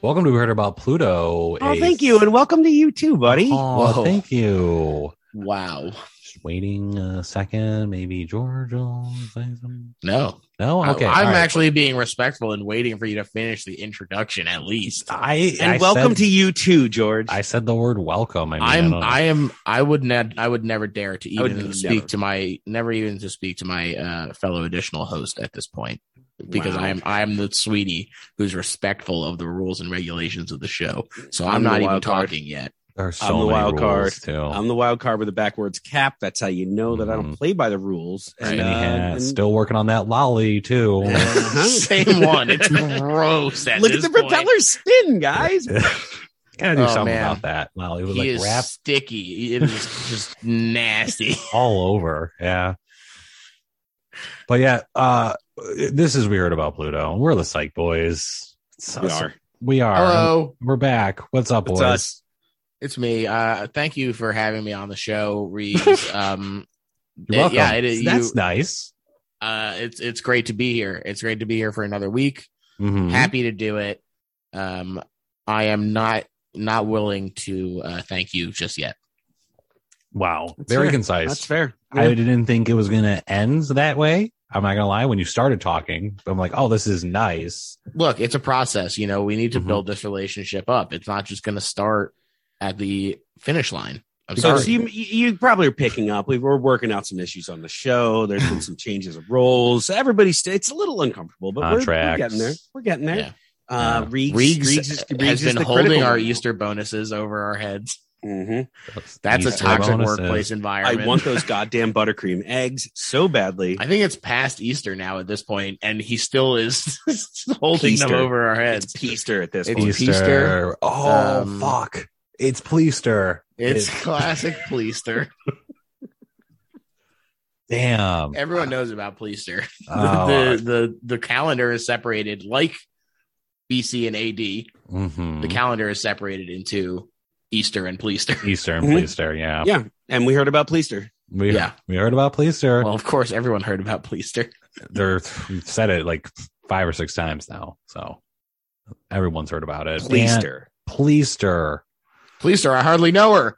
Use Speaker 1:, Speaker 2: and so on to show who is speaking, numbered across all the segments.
Speaker 1: Welcome to We Heard About Pluto.
Speaker 2: Oh,
Speaker 1: a-
Speaker 2: thank you, and welcome to you too, buddy.
Speaker 1: Aw,
Speaker 3: Whoa.
Speaker 1: thank you.
Speaker 3: Wow.
Speaker 1: Just waiting a second. Maybe George will say something.
Speaker 3: No.
Speaker 1: No? Okay.
Speaker 3: I, am
Speaker 1: all right.
Speaker 3: actually being respectful and waiting for you to finish the introduction at least.
Speaker 1: I,
Speaker 2: and
Speaker 1: I
Speaker 2: welcome
Speaker 1: said-
Speaker 2: to you too, George.
Speaker 1: I said the word welcome. I mean, I
Speaker 3: I'm
Speaker 1: don't-
Speaker 3: I am I would not I would never dare to
Speaker 2: I would
Speaker 3: even
Speaker 2: never.
Speaker 3: speak to my never even to speak to my uh, fellow additional host at this point because
Speaker 2: Wow.
Speaker 3: I am I am the sweetie who's respectful of the rules and regulations of the show. So I'm,
Speaker 2: I'm the
Speaker 3: not even
Speaker 2: wild card.
Speaker 3: talking yet.
Speaker 1: there are so
Speaker 2: I'm the
Speaker 1: many rules,
Speaker 2: wild card.
Speaker 1: Too.
Speaker 2: I'm the wild card with a backwards cap. That's how you know that I don't
Speaker 1: Mhm.
Speaker 2: play by the rules.
Speaker 3: Mm-hmm. Right.
Speaker 1: And
Speaker 3: And,
Speaker 1: he
Speaker 2: uh,
Speaker 1: has-
Speaker 2: and-
Speaker 1: still working on that lolly too.
Speaker 2: Uh-huh.
Speaker 3: Same one. It's gross. At
Speaker 2: Look at
Speaker 3: this
Speaker 2: the
Speaker 3: point.
Speaker 2: propeller spin, guys.
Speaker 1: Gotta do
Speaker 3: Oh,
Speaker 1: something
Speaker 3: man.
Speaker 1: about that lolly. It was
Speaker 3: He
Speaker 1: like
Speaker 3: is
Speaker 1: wrapped
Speaker 3: sticky. It is just nasty.
Speaker 1: all over. Yeah. But yeah, uh this is we heard about Pluto. We're the Psych Boys. It's
Speaker 2: we
Speaker 1: us.
Speaker 2: are.
Speaker 1: We are.
Speaker 3: Hello.
Speaker 1: We're back. What's up,
Speaker 2: It's
Speaker 1: boys?
Speaker 2: us.
Speaker 3: It's me. Uh, thank you for having me on the show, Reeves. um,
Speaker 1: You're welcome.
Speaker 3: Yeah, it is.
Speaker 1: That's
Speaker 3: you-
Speaker 1: nice.
Speaker 3: uh, it's it's great to be here. It's great to be here for another week.
Speaker 1: Mhm.
Speaker 2: Mm-hmm.
Speaker 3: Happy to do it. Um, I am not not willing to uh, thank you just yet.
Speaker 1: Wow.
Speaker 2: That's
Speaker 1: Very
Speaker 2: fair.
Speaker 1: concise.
Speaker 2: That's fair.
Speaker 1: I didn't think it was going to end that way. I'm not going to lie. When you started talking, I'm like, oh, this is nice.
Speaker 3: Look, it's a process. You know, we need to
Speaker 2: Mm-hmm.
Speaker 1: Mhm.
Speaker 3: build this relationship up. It's not just going to start at the finish line. I'm
Speaker 2: So,
Speaker 3: sorry.
Speaker 2: so you, you you probably are picking up. We've, we're working out some issues on the show. There's been some changes of roles. Everybody's st- it's a little uncomfortable, but we're, we're
Speaker 1: Contracts.
Speaker 2: getting there. We're getting there.
Speaker 3: Yeah.
Speaker 2: Uh, Reeks,
Speaker 3: Reeves,
Speaker 2: Reeks is- Reeks
Speaker 3: has
Speaker 2: is
Speaker 3: been
Speaker 2: the
Speaker 3: holding
Speaker 2: critical
Speaker 3: our
Speaker 2: one.
Speaker 3: Easter bonuses over our heads.
Speaker 2: Mhm.
Speaker 3: That's
Speaker 1: Easter
Speaker 3: a toxic
Speaker 1: bonuses.
Speaker 3: workplace
Speaker 2: I
Speaker 3: environment.
Speaker 2: want those goddamn buttercream eggs so badly.
Speaker 3: I think it's past Easter now at this point, and he still is holding
Speaker 2: Easter.
Speaker 3: them over our
Speaker 2: It's
Speaker 3: heads.
Speaker 2: Peaster at this
Speaker 3: It's
Speaker 2: point.
Speaker 3: Peaster. Easter.
Speaker 1: Oh,
Speaker 3: Um,
Speaker 1: fuck. It's Pleaster.
Speaker 3: It's classic Pleaster.
Speaker 1: Damn.
Speaker 3: Everyone knows about Pleaster.
Speaker 1: Oh,
Speaker 3: the, the the calendar is separated like BC and AD.
Speaker 1: mhm.
Speaker 3: The calendar is separated into Easter and Pleaster.
Speaker 1: Easter and
Speaker 2: Mhm.
Speaker 1: Pleaster. Yeah.
Speaker 2: Yeah, and we heard about Pleaster.
Speaker 1: We,
Speaker 3: Mm-hmm. Yeah.
Speaker 1: we heard about Pleaster.
Speaker 3: Well, of course, everyone heard about Pleaster.
Speaker 1: They're, we've said it like five or six times now. So everyone's heard about it. And
Speaker 2: Pleaster.
Speaker 1: Pleaster.
Speaker 3: Pleaster, I hardly know her.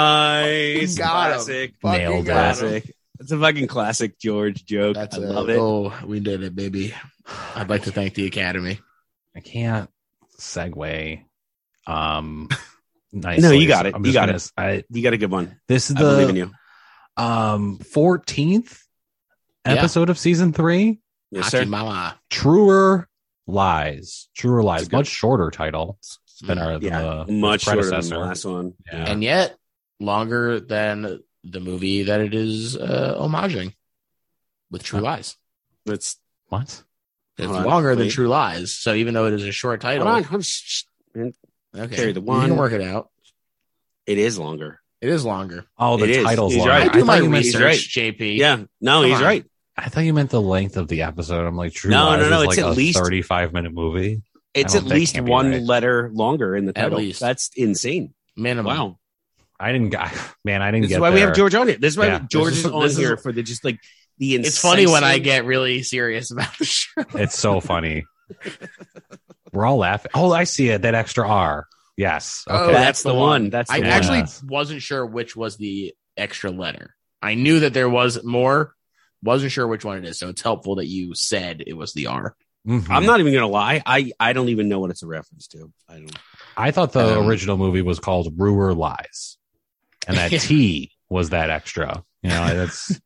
Speaker 2: Nice.
Speaker 3: Got 'em.
Speaker 2: classic.
Speaker 3: Fucking
Speaker 1: Nailed it.
Speaker 3: got him.
Speaker 2: Classic. It's a fucking classic George joke.
Speaker 3: That's
Speaker 2: I
Speaker 3: it.
Speaker 2: love it.
Speaker 3: Oh, we did it, baby. I'd like to thank the Academy.
Speaker 1: I can't segue. Um,
Speaker 2: No, you got it. You got
Speaker 1: it. I,
Speaker 2: You got a good one.
Speaker 1: this is
Speaker 2: I believe in
Speaker 1: the
Speaker 2: you.
Speaker 1: um fourteenth
Speaker 3: Yeah.
Speaker 1: episode of season three.
Speaker 2: Yes,
Speaker 3: Aki
Speaker 2: sir.
Speaker 3: Mama.
Speaker 1: Truer lies. Truer lies.
Speaker 2: It's good. Mm,
Speaker 1: Much shorter title than our
Speaker 2: Yeah,
Speaker 1: uh, the,
Speaker 2: much
Speaker 1: the
Speaker 2: shorter than
Speaker 1: predecessor.
Speaker 2: the last one.
Speaker 1: Yeah.
Speaker 3: and yet longer than the movie that it is uh, homaging with True Lies.
Speaker 2: It's
Speaker 1: what?
Speaker 3: It's
Speaker 2: Hold on,
Speaker 3: longer than
Speaker 2: wait.
Speaker 3: True Lies, so even though it is a short title,
Speaker 2: hold on, hold on, shh, shh.
Speaker 3: okay,
Speaker 2: Carry the
Speaker 3: you
Speaker 2: one.
Speaker 3: can work it out.
Speaker 2: It is longer.
Speaker 3: It is longer.
Speaker 1: Oh, the
Speaker 2: It is.
Speaker 1: title's
Speaker 2: He's
Speaker 1: long.
Speaker 2: right.
Speaker 3: I
Speaker 1: I,
Speaker 3: do
Speaker 1: thought
Speaker 3: my
Speaker 1: you meant,
Speaker 3: research,
Speaker 2: right.
Speaker 3: JP.
Speaker 2: Yeah. No,
Speaker 3: Come
Speaker 2: he's
Speaker 3: on.
Speaker 2: right.
Speaker 1: I thought you meant the length of the episode. I'm like, True
Speaker 2: No,
Speaker 1: Lies
Speaker 2: no, no,
Speaker 1: is
Speaker 2: it's
Speaker 1: like
Speaker 2: at
Speaker 1: a
Speaker 2: least-
Speaker 1: 35 minute movie.
Speaker 2: It's
Speaker 1: don't
Speaker 2: at
Speaker 1: think
Speaker 2: least
Speaker 1: can't be
Speaker 2: one
Speaker 1: right.
Speaker 2: letter longer in the
Speaker 3: At
Speaker 2: title.
Speaker 3: least.
Speaker 2: That's insane.
Speaker 3: minimum.
Speaker 2: Wow.
Speaker 1: I didn't. got Man, I didn't
Speaker 2: This
Speaker 1: get.
Speaker 2: is why we
Speaker 1: there.
Speaker 2: have George on it. This is why
Speaker 1: Yeah.
Speaker 2: George
Speaker 3: This
Speaker 2: is,
Speaker 3: is-
Speaker 2: on
Speaker 3: this is-
Speaker 2: here for the just like the
Speaker 3: It's funny when I
Speaker 2: incisive-
Speaker 3: get really serious about the show.
Speaker 1: It's so funny. We're all laughing. Oh, I see it. That extra R. Yes.
Speaker 3: Oh,
Speaker 1: Okay.
Speaker 2: that's the one. That's
Speaker 3: I
Speaker 2: the
Speaker 1: Yeah.
Speaker 2: one.
Speaker 3: actually wasn't sure which was the extra letter. I knew that there was more, wasn't sure which one it is. So it's helpful that you said it was the R.
Speaker 1: Mhm.
Speaker 2: I'm not even gonna lie. I I don't even know what it's a reference to. I don't.
Speaker 1: I thought the
Speaker 3: Um,
Speaker 1: original movie was called Ruer Lies, and that T was that extra. You know, that's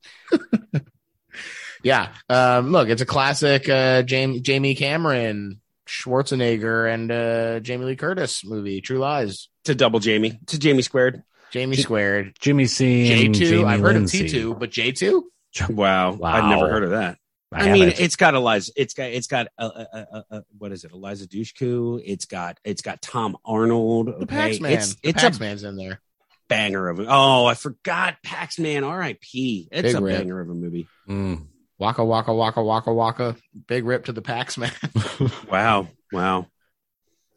Speaker 3: Yeah. Um, look, it's a classic uh, Jamie, Jamie Cameron, Schwarzenegger, and uh, Jamie Lee Curtis movie, True Lies.
Speaker 2: To double Jamie. To Jamie squared.
Speaker 3: Jamie
Speaker 1: J-
Speaker 3: squared.
Speaker 1: Jimmy C.
Speaker 3: J
Speaker 1: and
Speaker 3: two.
Speaker 1: Jamie
Speaker 3: I've heard
Speaker 1: Lindsay.
Speaker 3: of T two, but J two.
Speaker 2: Wow. I've
Speaker 1: Wow.
Speaker 2: never heard of that. I,
Speaker 1: I,
Speaker 2: mean,
Speaker 1: haven't.
Speaker 2: it's got Eliza. It's got it's got uh, uh, uh, uh, what is it? Eliza Dushku. It's got it's got Tom Arnold.
Speaker 3: The
Speaker 2: okay?
Speaker 3: Pax Man.
Speaker 2: It's
Speaker 3: the
Speaker 2: it's
Speaker 3: Pax
Speaker 2: a
Speaker 3: Man's in there.
Speaker 2: banger of a Oh, I forgot Pax Man. R.I.P. It's
Speaker 3: Big
Speaker 2: a
Speaker 3: rip.
Speaker 2: banger of a movie.
Speaker 1: Mm.
Speaker 3: Waka waka waka waka waka. Big rip to the Pax Man.
Speaker 2: Wow, wow.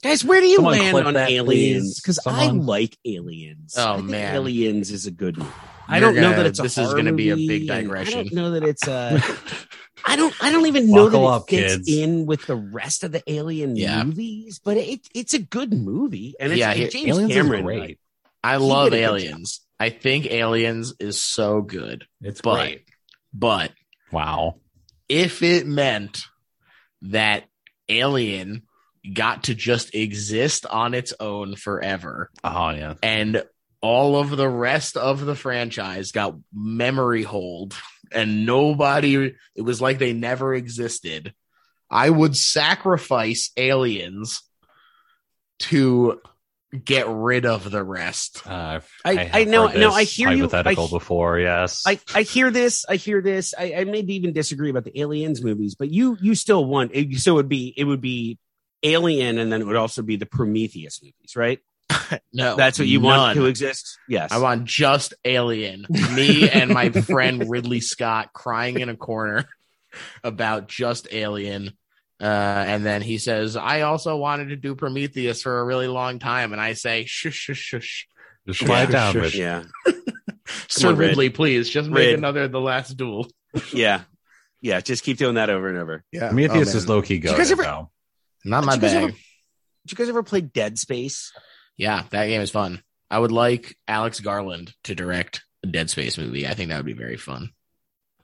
Speaker 2: Guys, where do you
Speaker 1: Someone
Speaker 2: land
Speaker 1: clip
Speaker 2: on
Speaker 1: that,
Speaker 2: aliens?
Speaker 1: please.
Speaker 2: Because I
Speaker 1: Someone.
Speaker 2: like aliens.
Speaker 3: Oh,
Speaker 2: I think
Speaker 3: man.
Speaker 2: aliens is a good one. I
Speaker 3: You're
Speaker 2: don't know that
Speaker 3: gonna-
Speaker 2: it's a
Speaker 3: this is
Speaker 2: going
Speaker 3: gonna
Speaker 2: to
Speaker 3: be a big digression.
Speaker 2: I don't know that it's a. I don't. I don't even know
Speaker 1: Buckle
Speaker 2: that it
Speaker 1: up,
Speaker 2: fits
Speaker 1: kids.
Speaker 2: in with the rest of the Alien
Speaker 3: Yeah.
Speaker 2: movies, but it it's a good movie, and it's
Speaker 3: Yeah,
Speaker 2: and
Speaker 3: he-
Speaker 2: James
Speaker 1: Aliens is
Speaker 2: Cameron.
Speaker 1: great.
Speaker 3: I
Speaker 2: He
Speaker 3: love
Speaker 2: did a good
Speaker 3: Aliens. I think Aliens is so good,
Speaker 1: It's
Speaker 3: but
Speaker 1: great.
Speaker 3: but
Speaker 1: Wow.
Speaker 3: if it meant that Alien got to just exist on its own forever
Speaker 1: Oh yeah.
Speaker 3: and all of the rest of the franchise got memory hold and nobody it was like they never existed i would sacrifice aliens to get rid of the rest
Speaker 1: Uh,
Speaker 2: I-
Speaker 1: have
Speaker 2: I know-
Speaker 1: heard
Speaker 2: no,
Speaker 1: this
Speaker 2: I hear you.
Speaker 1: Hypothetical
Speaker 2: I-
Speaker 1: before, yes.
Speaker 2: I, I hear this. I hear this. I, I maybe even disagree about the aliens movies, but you you still want it, so it would be it would be Alien, and then it would also be the Prometheus movies, right?
Speaker 3: no
Speaker 2: That's what you want
Speaker 3: none.
Speaker 2: to exist. Yes,
Speaker 3: i want just alien me and my friend ridley scott crying in a corner about just alien uh, and then he says, I also wanted to do Prometheus for a really long time. And I say, shush, shush, shush.
Speaker 1: Just quiet
Speaker 3: Yeah,
Speaker 1: down,
Speaker 3: sure,
Speaker 1: Rich.
Speaker 2: Yeah,
Speaker 3: Sir
Speaker 2: on, Red.
Speaker 3: Ridley, please just make
Speaker 2: Red.
Speaker 3: another the last duel.
Speaker 2: yeah, yeah. Just keep doing that over and over.
Speaker 3: Yeah,
Speaker 1: Prometheus is low key
Speaker 2: you guys
Speaker 1: goaded
Speaker 2: ever-
Speaker 1: though.
Speaker 3: Oh, not my
Speaker 2: Did you guys
Speaker 3: bag.
Speaker 2: ever- Did you guys ever play Dead Space?
Speaker 3: Yeah, that game is fun. I would like Alex Garland to direct a Dead Space movie. I think that would be very fun.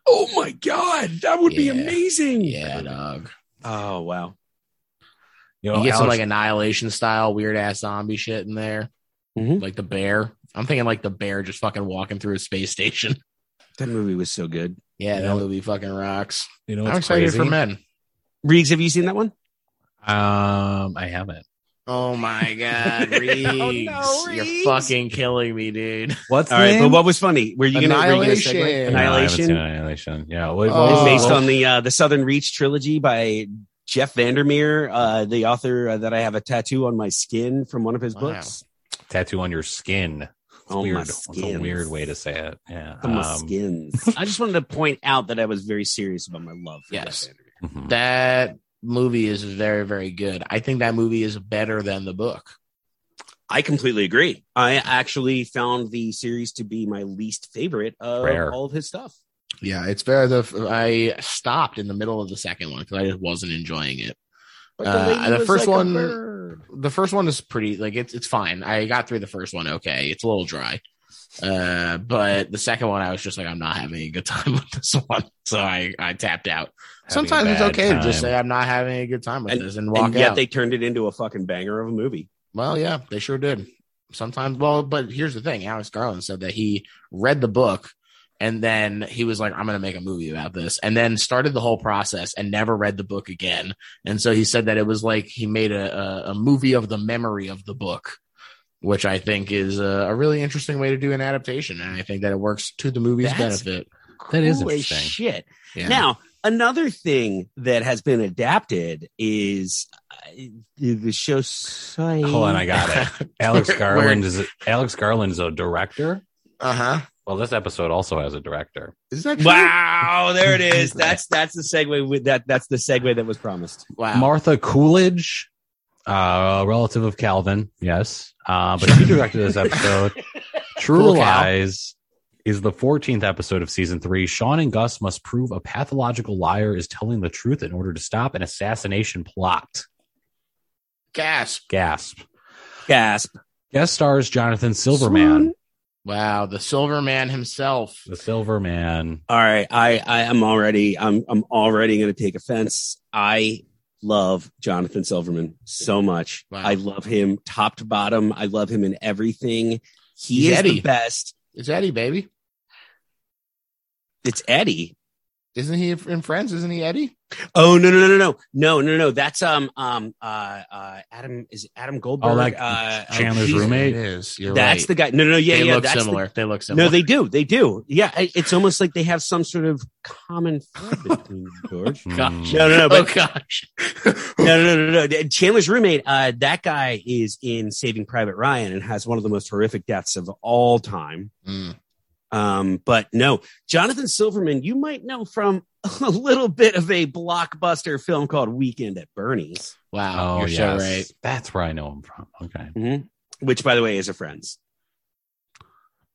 Speaker 2: Oh my god, that would
Speaker 3: Yeah.
Speaker 2: amazing.
Speaker 3: Yeah, dog.
Speaker 2: Oh wow.
Speaker 1: You
Speaker 3: You
Speaker 1: know,
Speaker 3: get some
Speaker 1: Alex-
Speaker 3: like annihilation style weird ass zombie shit in there,
Speaker 2: Mhm.
Speaker 3: like the bear. I'm thinking like the bear just fucking walking through a space station.
Speaker 2: That movie was so good.
Speaker 3: Yeah,
Speaker 1: Yeah.
Speaker 3: that movie fucking rocks.
Speaker 1: you know
Speaker 3: I'm
Speaker 1: what's
Speaker 3: excited
Speaker 1: crazy?
Speaker 3: for men.
Speaker 2: Reeves, have you seen that one?
Speaker 1: Um, I haven't.
Speaker 3: Oh my god, Reeves.
Speaker 2: no, Reeves.
Speaker 3: you're fucking killing me, dude.
Speaker 1: What's
Speaker 2: All
Speaker 1: the
Speaker 2: right,
Speaker 1: name?
Speaker 2: but what was funny? Were you going to
Speaker 3: Annihilation.
Speaker 1: No, I haven't
Speaker 2: Annihilation?
Speaker 1: seen Annihilation. Yeah. What,
Speaker 3: Oh.
Speaker 2: It's
Speaker 1: what was
Speaker 2: based on the uh, the Southern Reach trilogy by Jeff Vandermeer, uh, the author uh, that I have a tattoo on my skin from one of his
Speaker 3: Wow.
Speaker 2: books.
Speaker 1: tattoo on your skin. It's
Speaker 2: On Oh, my
Speaker 1: weird. It's a
Speaker 2: skins.
Speaker 1: weird way to say it. Yeah.
Speaker 2: On my
Speaker 1: Um,
Speaker 2: skins. I just wanted to point out that I was very serious about my love. For
Speaker 3: Yes.
Speaker 2: Jeff Vandermeer.
Speaker 1: mhm.
Speaker 3: That movie is very, very good. I think that movie is better than the book.
Speaker 2: I completely agree. I actually found the series to be my least favorite of
Speaker 1: Rare.
Speaker 2: all of his stuff.
Speaker 3: Yeah, it's better. The I stopped in the middle of the second one because I just wasn't enjoying it.
Speaker 2: But
Speaker 3: Uh,
Speaker 2: lady
Speaker 3: the
Speaker 2: was
Speaker 3: first
Speaker 2: like a
Speaker 3: one-
Speaker 2: bird.
Speaker 3: The first one is pretty like it's it's fine. I got through the first one okay. It's a little dry, uh, but the second one I was just like I'm not having a good time with this one, so I I tapped out.
Speaker 1: Having
Speaker 3: Sometimes it's
Speaker 1: a bad
Speaker 3: okay to just
Speaker 1: time.
Speaker 3: say I'm not having a good time with
Speaker 2: And-
Speaker 3: this and walk
Speaker 2: and yet
Speaker 3: out.
Speaker 2: they turned it into a fucking banger of a movie.
Speaker 3: Well, yeah, they sure did. Sometimes, well, but here's the thing: Alex Garland said that he read the book, and then he was like, "I'm going to make a movie about this," and then started the whole process and never read the book again. And so he said that it was like he made a a, a movie of the memory of the book, which I think is a, a really interesting way to do an adaptation, and I think that it works to the movie's
Speaker 2: That's-
Speaker 3: benefit.
Speaker 1: That is
Speaker 2: Cool as
Speaker 1: interesting.
Speaker 2: shit.
Speaker 3: Yeah.
Speaker 2: Now, another thing that has been adapted is uh, the the show. Sign-
Speaker 1: Hold on, I got it. Alex
Speaker 3: We're-
Speaker 1: Garland is Alex Garland is a director.
Speaker 3: uh huh.
Speaker 1: Well, this episode also has a director.
Speaker 3: Is that true?
Speaker 2: Wow, there it is. That's that's the segue with that. That's the segue that was promised.
Speaker 3: Wow.
Speaker 1: Martha Coolidge, uh, relative of Calvin, yes, uh, but she directed this episode. True
Speaker 3: Cool cow.
Speaker 1: Lies is the 14th episode of season three. Sean and Gus must prove a pathological liar is telling the truth in order to stop an assassination plot.
Speaker 3: Gasp.
Speaker 1: Gasp.
Speaker 2: Gasp!
Speaker 1: Guest stars Jonathan Silverman,
Speaker 3: Wow. The Silver Man himself.
Speaker 1: the Silverman.
Speaker 2: All right, I I am already I'm I'm already going to take offense. I love Jonathan Silverman so much.
Speaker 3: Wow.
Speaker 2: I love him top to bottom. I love him in everything. He
Speaker 3: He's
Speaker 2: is the
Speaker 3: Eddie.
Speaker 2: best.
Speaker 3: It's Eddie, baby.
Speaker 2: It's Eddie.
Speaker 3: Isn't he in Friends? Isn't he Eddie?
Speaker 2: Oh no no no no no no no no that's um um uh uh Adam is it Adam Goldberg
Speaker 1: Oh, like
Speaker 2: uh oh,
Speaker 1: Chandler's
Speaker 2: Jesus.
Speaker 1: roommate?
Speaker 3: It is. You're
Speaker 2: that's
Speaker 3: right.
Speaker 2: the guy no no no yeah
Speaker 3: they
Speaker 2: yeah
Speaker 3: look
Speaker 2: that's the-
Speaker 3: similar. they look similar.
Speaker 2: no they do they do yeah I- it's almost like they have some sort of common thread between them, George
Speaker 1: Hmm.
Speaker 3: Gosh.
Speaker 2: no no no
Speaker 3: Oh
Speaker 2: but
Speaker 3: gosh.
Speaker 2: no no no no no Chandler's roommate uh that guy is in Saving Private Ryan and has one of the most horrific deaths of all time
Speaker 3: Mm.
Speaker 2: Um, but no, Jonathan Silverman, you might know from a little bit of a blockbuster film called Weekend at Bernie's,
Speaker 3: Wow, you're
Speaker 1: Oh, yes.
Speaker 3: so right.
Speaker 1: That's where I know him from. Okay.
Speaker 2: which, by the way, is a friend's.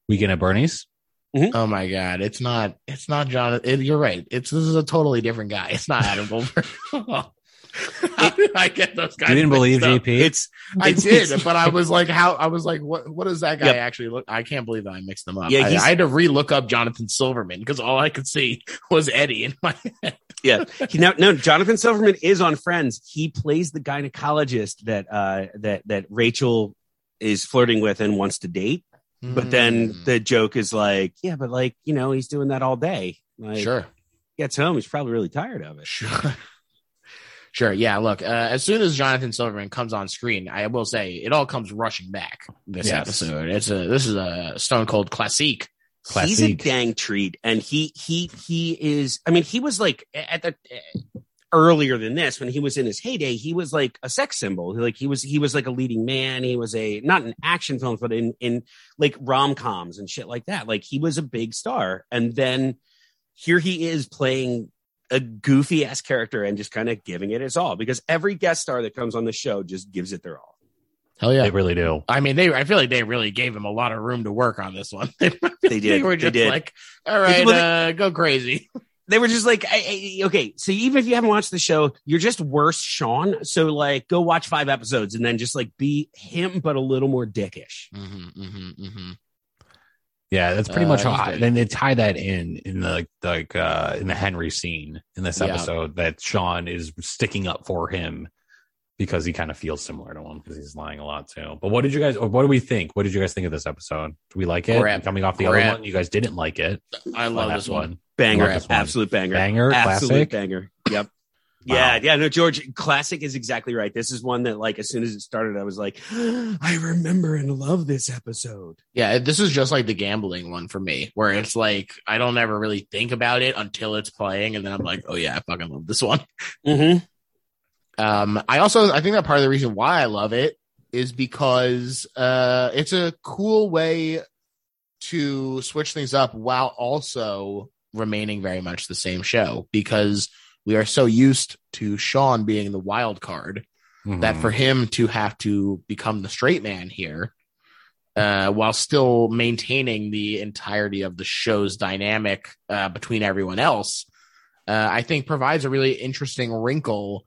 Speaker 1: Weekend at Bernie's.
Speaker 3: Oh my god, it's not it's not John. It, you're right. It's this is a totally different guy. It's not Adam Goldberg. How did I get those guys?
Speaker 1: You didn't believe
Speaker 3: mixed up?
Speaker 1: JP?
Speaker 2: It's
Speaker 3: I
Speaker 2: it's-
Speaker 3: did, but I was like, how? I was like, what? What does that guy
Speaker 2: Yep.
Speaker 3: actually look? I can't believe that I mixed them up.
Speaker 2: Yeah,
Speaker 3: Yeah, I,
Speaker 2: he's-
Speaker 3: I had to re-look up Jonathan Silverman because all I could see was Eddie in my
Speaker 2: He- no, no, Jonathan Silverman is on Friends. He plays the gynecologist that uh, that that Rachel is flirting with and wants to date. But then
Speaker 3: Mm.
Speaker 2: the joke is like, yeah, but like you know, he's doing that all day. Like,
Speaker 3: sure,
Speaker 2: gets home, he's probably really tired of it.
Speaker 3: sure, sure. Yeah, look. Uh, as soon as Jonathan Silverman comes on screen, I will say it all comes rushing back. This
Speaker 1: Yes.
Speaker 3: episode, it's a this is a Stone Cold classique.
Speaker 2: He's a
Speaker 1: Classique.
Speaker 2: dang treat, and he he he is. I mean, he was like at the eh, earlier than this when he was in his heyday. He was like a sex symbol. Like he was he was like a leading man. He was a not in action films, but in in like rom coms and shit like that. Like he was a big star, and then here he is playing a goofy ass character and just kind of giving it his all because every guest star that comes on the show just gives it their all.
Speaker 3: Hell
Speaker 1: They really do.
Speaker 3: I mean, they. I feel like they really gave him a lot of room to work on this one. they
Speaker 2: They did.
Speaker 3: were
Speaker 2: They
Speaker 3: just
Speaker 2: did.
Speaker 3: like, all right,
Speaker 2: Well,
Speaker 3: uh, go crazy.
Speaker 2: they were just like, I, I, okay, so even if you haven't watched the show, you're just worse, Sean. So like, go watch five episodes and then just like be him, but a little more dickish.
Speaker 3: Mm-hmm, mm-hmm, mm-hmm.
Speaker 1: Yeah, that's pretty
Speaker 3: Uh,
Speaker 1: much how.
Speaker 3: he's
Speaker 1: I,
Speaker 3: good.
Speaker 1: then they tie that in in the like uh in the Henry scene in this
Speaker 3: Yeah.
Speaker 1: episode that Sean is sticking up for him because he kind of feels similar to him because he's lying a lot too. But what did you guys? Or what do we think? What did you guys think of this episode? Do we like it?
Speaker 3: Crap.
Speaker 1: Coming off the
Speaker 3: Crap.
Speaker 1: other one, you guys didn't like it.
Speaker 3: I love
Speaker 1: Last
Speaker 3: this one.
Speaker 2: Banger,
Speaker 1: Love this one.
Speaker 2: absolute banger,
Speaker 1: Banger,
Speaker 2: absolute
Speaker 1: classic.
Speaker 2: banger. Yep.
Speaker 1: Wow.
Speaker 2: Yeah, yeah, no, George, classic is exactly right. This is one that, like, as soon as it started, I was like, I remember and love this episode.
Speaker 3: Yeah, this is just like the gambling one for me, where it's like I don't ever really think about it until it's playing, and then I'm like, oh yeah, I fucking love this one.
Speaker 2: Mm-hmm.
Speaker 3: Um, I also I think that part of the reason why I love it is because uh, it's a cool way to switch things up while also remaining very much the same show because we are so used to Sean being the wild card that
Speaker 1: Mhm.
Speaker 3: for him to have to become the straight man here uh, while still maintaining the entirety of the show's dynamic uh, between everyone else, uh, I think provides a really interesting wrinkle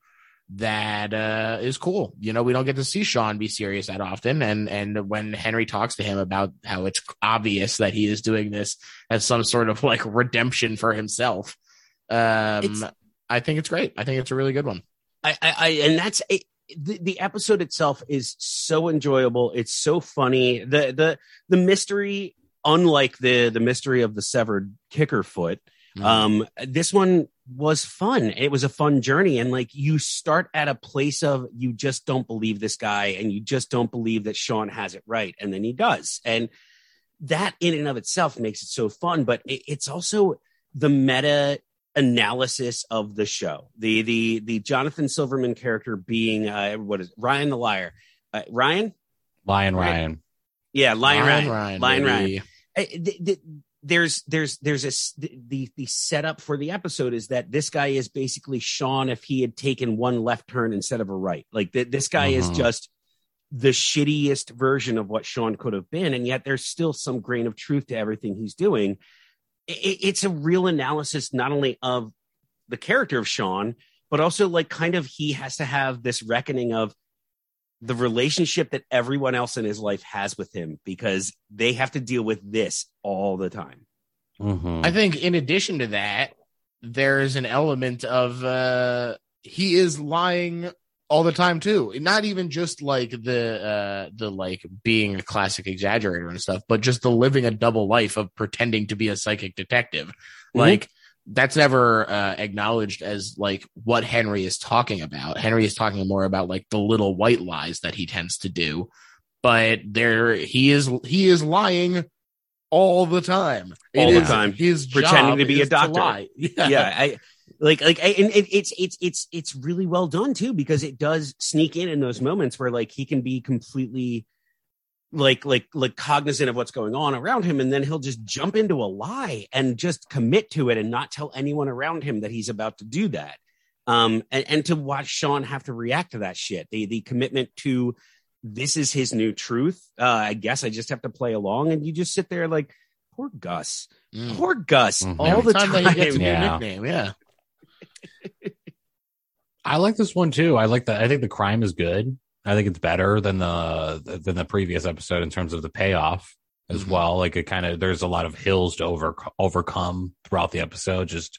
Speaker 3: that uh, is cool. You know, we don't get to see Sean be serious that often, and and when Henry talks to him about how it's obvious that he is doing this as some sort of like redemption for himself, um,
Speaker 2: It's-
Speaker 3: I think it's great. I think it's a really good one.
Speaker 2: I, I, I, and that's it, the, the episode itself is so enjoyable. It's so funny. The, the, the mystery, unlike the, the mystery of the severed kicker foot, um this one was fun it was a fun journey and like you start at a place of you just don't believe this guy and you just don't believe that sean has it right and then he does and that in and of itself makes it so fun but it, it's also the meta analysis of the show the the the jonathan silverman character being uh what is it? ryan the liar uh, ryan
Speaker 1: Lion
Speaker 2: Right.
Speaker 1: Ryan.
Speaker 2: yeah lion ryan, Lion
Speaker 3: baby.
Speaker 2: Ryan. I- th- th- there's there's there's a s- th- the the setup for the episode is that this guy is basically Sean if he had taken one left turn instead of a right. Like th- this guy
Speaker 1: Mhm.
Speaker 2: is just the shittiest version of what Sean could have been, and yet there's still some grain of truth to everything he's doing. I- I- it's a real analysis not only of the character of Sean, but also like kind of he has to have this reckoning of the relationship that everyone else in his life has with him because they have to deal with this all the time.
Speaker 1: Mhm.
Speaker 3: I think in addition to that, there is an element of uh he is lying all the time too. Not even just like the uh the like being a classic exaggerator and stuff, but just the living a double life of pretending to be a psychic detective. Like that's never uh, acknowledged as like what Henry is talking about. Henry is talking more about like the little white lies that he tends to do, but there he is he is lying all the time.
Speaker 2: All the
Speaker 3: is
Speaker 2: time.
Speaker 3: his
Speaker 2: Pretending
Speaker 3: job
Speaker 2: to be a
Speaker 3: is
Speaker 2: doctor.
Speaker 3: lie. Yeah.
Speaker 2: yeah, I like like I, and it, it's it's it's it's really well done too because it does sneak in in those moments where like he can be completely like like like cognizant of what's going on around him and then he'll just jump into a lie and just commit to it and not tell anyone around him that he's about to do that um and, and to watch sean have to react to that shit the the commitment to this is his new truth uh i guess i just have to play along and you just sit there like poor gus
Speaker 3: Mm.
Speaker 2: poor gus
Speaker 1: Mhm.
Speaker 2: all the time,
Speaker 3: that he gets a new
Speaker 1: Yeah.
Speaker 3: nickname, yeah.
Speaker 1: I like this one too. I like that. I think the crime is good. I think it's better than the than the previous episode in terms of the payoff as
Speaker 3: Mhm.
Speaker 1: well. Like it kind of there's a lot of hills to over overcome throughout the episode. Just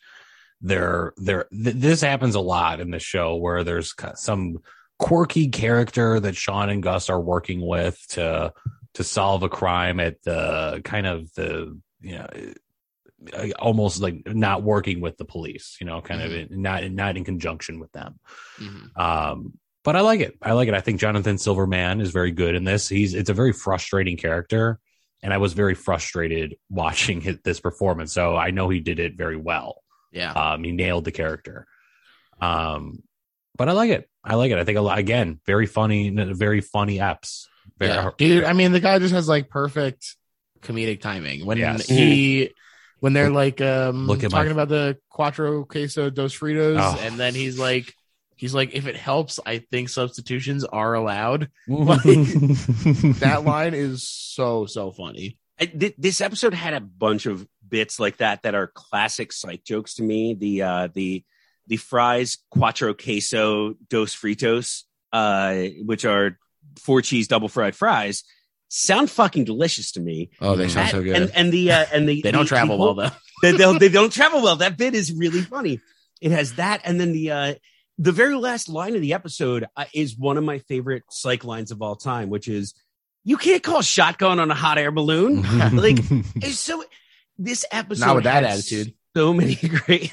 Speaker 1: there there th- this happens a lot in the show where there's ki- some quirky character that Sean and Gus are working with to to solve a crime at the kind of the you know uh, almost like not working with the police, you know, kind of in, not not in conjunction with them.
Speaker 3: Mhm.
Speaker 1: Um, but I like it. I like it. I think Jonathan Silverman is very good in this. He's it's a very frustrating character, and I was very frustrated watching his, this performance. So I know he did it very well.
Speaker 3: Yeah.
Speaker 1: Um, he nailed the character. Um, but I like it. I like it. I think a lot again, very funny, very funny apps. Very,
Speaker 3: Yeah. Dude, I mean, the guy just has like perfect comedic timing. When
Speaker 1: Yes.
Speaker 3: he, when they're like, um,
Speaker 1: Look at my-
Speaker 3: talking about the cuatro queso dos fritos,
Speaker 1: Oh.
Speaker 3: and then he's like, he's like, if it helps, I think substitutions are allowed. That line is so, so funny.
Speaker 2: I, th- this episode had a bunch of bits like that that are classic psych jokes to me. The uh, the the fries quattro queso dos fritos, uh, which are four cheese double fried fries, sound fucking delicious to me.
Speaker 3: Oh,
Speaker 1: they sound
Speaker 2: That- And, and the uh, and the
Speaker 3: they don't
Speaker 2: the-
Speaker 3: travel
Speaker 2: the-
Speaker 3: well though.
Speaker 2: they, don't, they don't travel well. That bit is really funny. It has that, and then the uh, the very last line of the episode uh, is one of my favorite psych lines of all time, which is, "You can't call shotgun on a hot air balloon." Like, It's so this episode
Speaker 3: Not with that
Speaker 2: had
Speaker 3: attitude.
Speaker 2: So many great.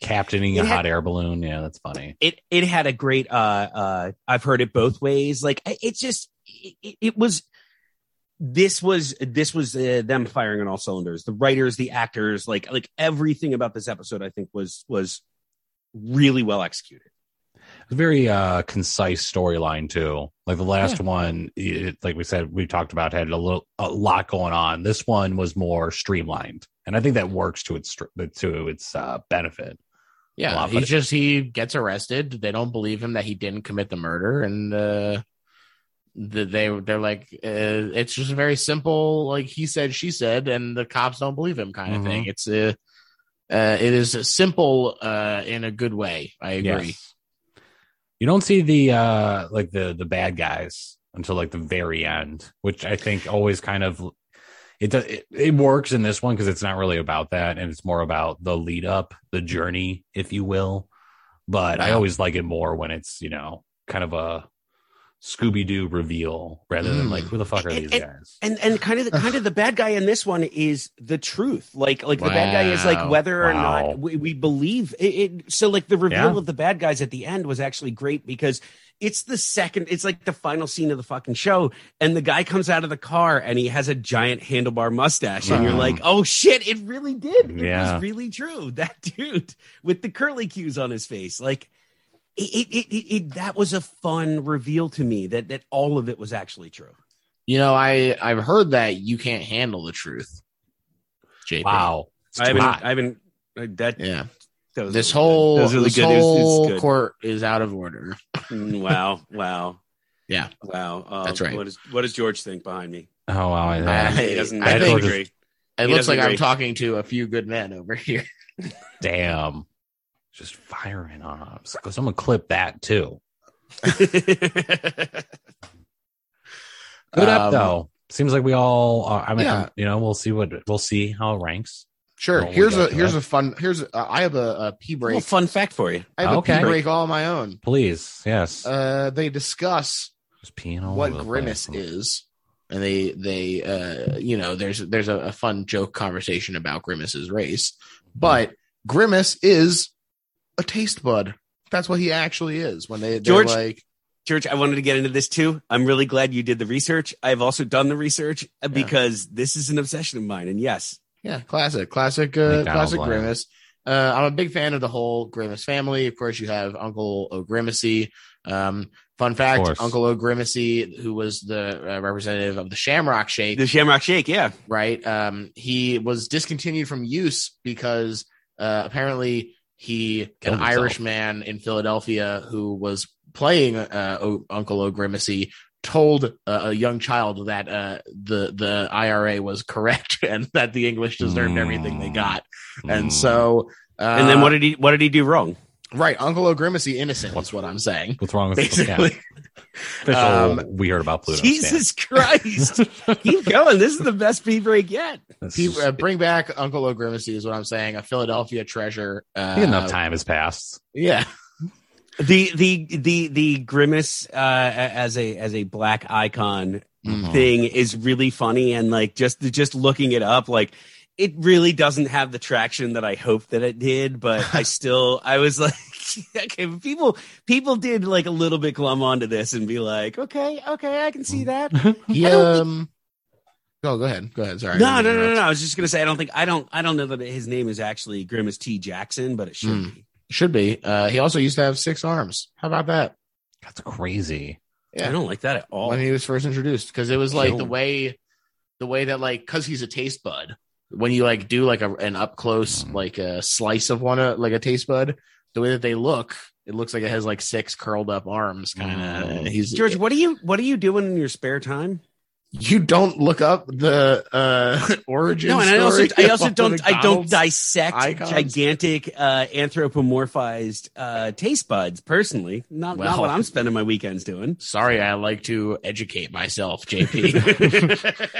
Speaker 1: captaining
Speaker 2: It
Speaker 1: a
Speaker 2: had-
Speaker 1: hot air balloon. Yeah, that's funny.
Speaker 2: it it had a great. uh uh I've heard it both ways. Like I- it's just it, it- it was. This was this was uh, them firing on all cylinders. The writers, the actors, like like everything about this episode, I think was was really well executed.
Speaker 1: very uh concise storyline too like the last one it, like we said we talked about had a little a lot going on this one was more streamlined and i think that works to its str- to its uh benefit A
Speaker 3: Yeah,
Speaker 1: lot,
Speaker 3: he's
Speaker 1: but-
Speaker 3: just he gets arrested. They don't believe him that he didn't commit the murder, and uh, the, they they're like, uh, it's just very simple, like he said, she said, and the cops don't believe him, kind
Speaker 1: Mhm.
Speaker 3: of thing. It's uh, uh, it is simple uh, in a good way. I agree.
Speaker 1: Yes. you don't see the uh like the the bad guys until like the very end which i think always kind of it does it, it works in this one because it's not really about that and it's more about the lead up the journey if you will but i
Speaker 3: Wow.
Speaker 1: always like it more when it's you know kind of a scooby-doo reveal rather than
Speaker 3: Mm.
Speaker 1: like who the fuck are
Speaker 2: And-
Speaker 1: these
Speaker 2: and-
Speaker 1: guys
Speaker 2: And and kind of the kind of the bad guy in this one is the truth. Like like the bad guy is like
Speaker 3: Wow.
Speaker 2: whether or
Speaker 1: Wow.
Speaker 2: not we, we believe it, it. So like the reveal
Speaker 1: Yeah.
Speaker 2: of the bad guys at the end was actually great because it's the second. It's like the final scene of the fucking show, and the guy comes out of the car and he has a giant handlebar mustache, and you're
Speaker 1: Wow.
Speaker 2: like, oh shit, it really did. It
Speaker 1: Yeah.
Speaker 2: was really true. That dude with the curly cues on his face, like. It, it, it, it, that was a fun reveal to me that, that all of it was actually true.
Speaker 3: You know, I I've heard that you can't handle the truth. JP.
Speaker 1: wow It's
Speaker 2: I
Speaker 1: too
Speaker 2: haven't.
Speaker 1: hot.
Speaker 2: I haven't. uh, That,
Speaker 3: Yeah,
Speaker 2: that was
Speaker 3: this
Speaker 2: really good.
Speaker 3: whole
Speaker 2: That was really
Speaker 3: this
Speaker 2: good. It was-
Speaker 3: whole
Speaker 2: it's good.
Speaker 3: court is out of order.
Speaker 2: Mm, wow! Wow!
Speaker 3: Yeah.
Speaker 2: Wow! Um,
Speaker 3: That's right.
Speaker 2: What, is, what does George think behind me?
Speaker 1: oh wow I-
Speaker 3: Uh,
Speaker 2: he doesn't,
Speaker 3: I
Speaker 2: he doesn't
Speaker 1: think-
Speaker 2: agree.
Speaker 3: It
Speaker 2: He
Speaker 3: looks
Speaker 2: doesn't
Speaker 3: like I'm
Speaker 2: agree.
Speaker 3: talking to a few good men over here.
Speaker 1: damn just firing on us because i'm gonna clip that too good up
Speaker 3: Um,
Speaker 1: though seems like we all uh, i mean
Speaker 3: Yeah.
Speaker 1: I'm- you know we'll see what we'll see how it ranks
Speaker 3: Sure.
Speaker 1: Well, Oh, we
Speaker 3: here's a
Speaker 1: got to
Speaker 3: here's
Speaker 1: that.
Speaker 3: a fun here's a, I have a, a pee break.
Speaker 2: Well, fun fact for you.
Speaker 3: I have a
Speaker 1: okay.
Speaker 3: pee break all my own.
Speaker 1: please yes
Speaker 3: Uh, they discuss
Speaker 1: just peeing all
Speaker 3: what
Speaker 1: over the
Speaker 3: grimace
Speaker 1: place. Hmm.
Speaker 3: is, and they they uh you know there's there's a, a fun joke conversation about grimace's race, but grimace is a taste bud. That's what he actually is. When they they're
Speaker 2: George-
Speaker 3: like
Speaker 2: George, I wanted to get into this too. I'm really glad you did the research. I've also done the research uh, because this is an obsession of mine. And yes,
Speaker 3: yeah classic classic uh,
Speaker 1: McDonald's
Speaker 3: classic
Speaker 1: line.
Speaker 3: grimace. Uh, I'm a big fan of the whole Grimace family. Of course, you have Uncle O'Grimacy. Um, fun
Speaker 1: Of
Speaker 3: fact:
Speaker 1: course.
Speaker 3: Uncle O'Grimacy, who was the uh, representative of the Shamrock Shake,
Speaker 2: The Shamrock Shake, yeah.
Speaker 3: right? Um, he was discontinued from use because uh, apparently he,
Speaker 1: Killed
Speaker 3: an
Speaker 1: himself.
Speaker 3: Irish man in Philadelphia who was playing uh, o- Uncle O'Grimacy, told uh, a young child that uh, the the IRA was correct and that the English deserved
Speaker 1: Mm.
Speaker 3: everything they got, and
Speaker 1: Mm.
Speaker 3: so. Uh,
Speaker 2: And then what did he what did he do wrong?
Speaker 3: Right, Uncle O'Grimacy innocent.
Speaker 1: What's-
Speaker 3: That's what I'm saying.
Speaker 1: what's wrong with
Speaker 3: Basically,
Speaker 1: Yeah, that's all
Speaker 3: um,
Speaker 1: we heard about Pluto.
Speaker 2: Jesus Christ. Keep going. This is the best beef break yet.
Speaker 3: Pe- uh, bring back Uncle O'Grimacy is what I'm saying. A Philadelphia treasure. Uh,
Speaker 1: enough time has passed.
Speaker 3: Yeah,
Speaker 2: The the the the grimace uh, as a as a black icon
Speaker 1: Mm-hmm.
Speaker 3: Hmm.
Speaker 2: thing is really funny and like just just looking it up like it really doesn't have the traction that I hoped that it did, but I still I was like okay, but people people did like a little bit glum onto this and be like, okay, okay, I can see
Speaker 3: Hmm.
Speaker 2: that.
Speaker 3: He,
Speaker 2: I don't
Speaker 3: um, oh, go ahead. Go ahead. Sorry.
Speaker 2: No, no, no, no, no. I was just gonna say I don't think I don't I don't know that his name is actually Grimace T Jackson, but it should
Speaker 3: Hmm.
Speaker 2: be.
Speaker 3: Should be. Uh, he also used to have six arms. How about that?
Speaker 1: That's crazy.
Speaker 3: Yeah.
Speaker 2: I don't like that at all.
Speaker 3: When he was first introduced, because it was like the
Speaker 1: Sure.
Speaker 3: way, the way that like, because he's a taste bud. When you like do like a, an up close
Speaker 2: Mm-hmm.
Speaker 3: like a slice of one uh, like a taste bud, the way that they look, it looks like it has like six curled up arms, kind of.
Speaker 1: Mm.
Speaker 3: He's
Speaker 2: Mm-hmm. George, what are you what are you doing in your spare time?
Speaker 3: You don't look up the uh origin.
Speaker 2: No, and I also
Speaker 3: story
Speaker 2: I also
Speaker 3: of
Speaker 2: don't I don't
Speaker 3: McDonald's?
Speaker 2: dissect
Speaker 3: icons.
Speaker 2: gigantic uh, anthropomorphized uh, taste buds personally. Not not
Speaker 3: Well.
Speaker 2: what I'm spending my weekends doing.
Speaker 3: Sorry, I like to educate myself, JP.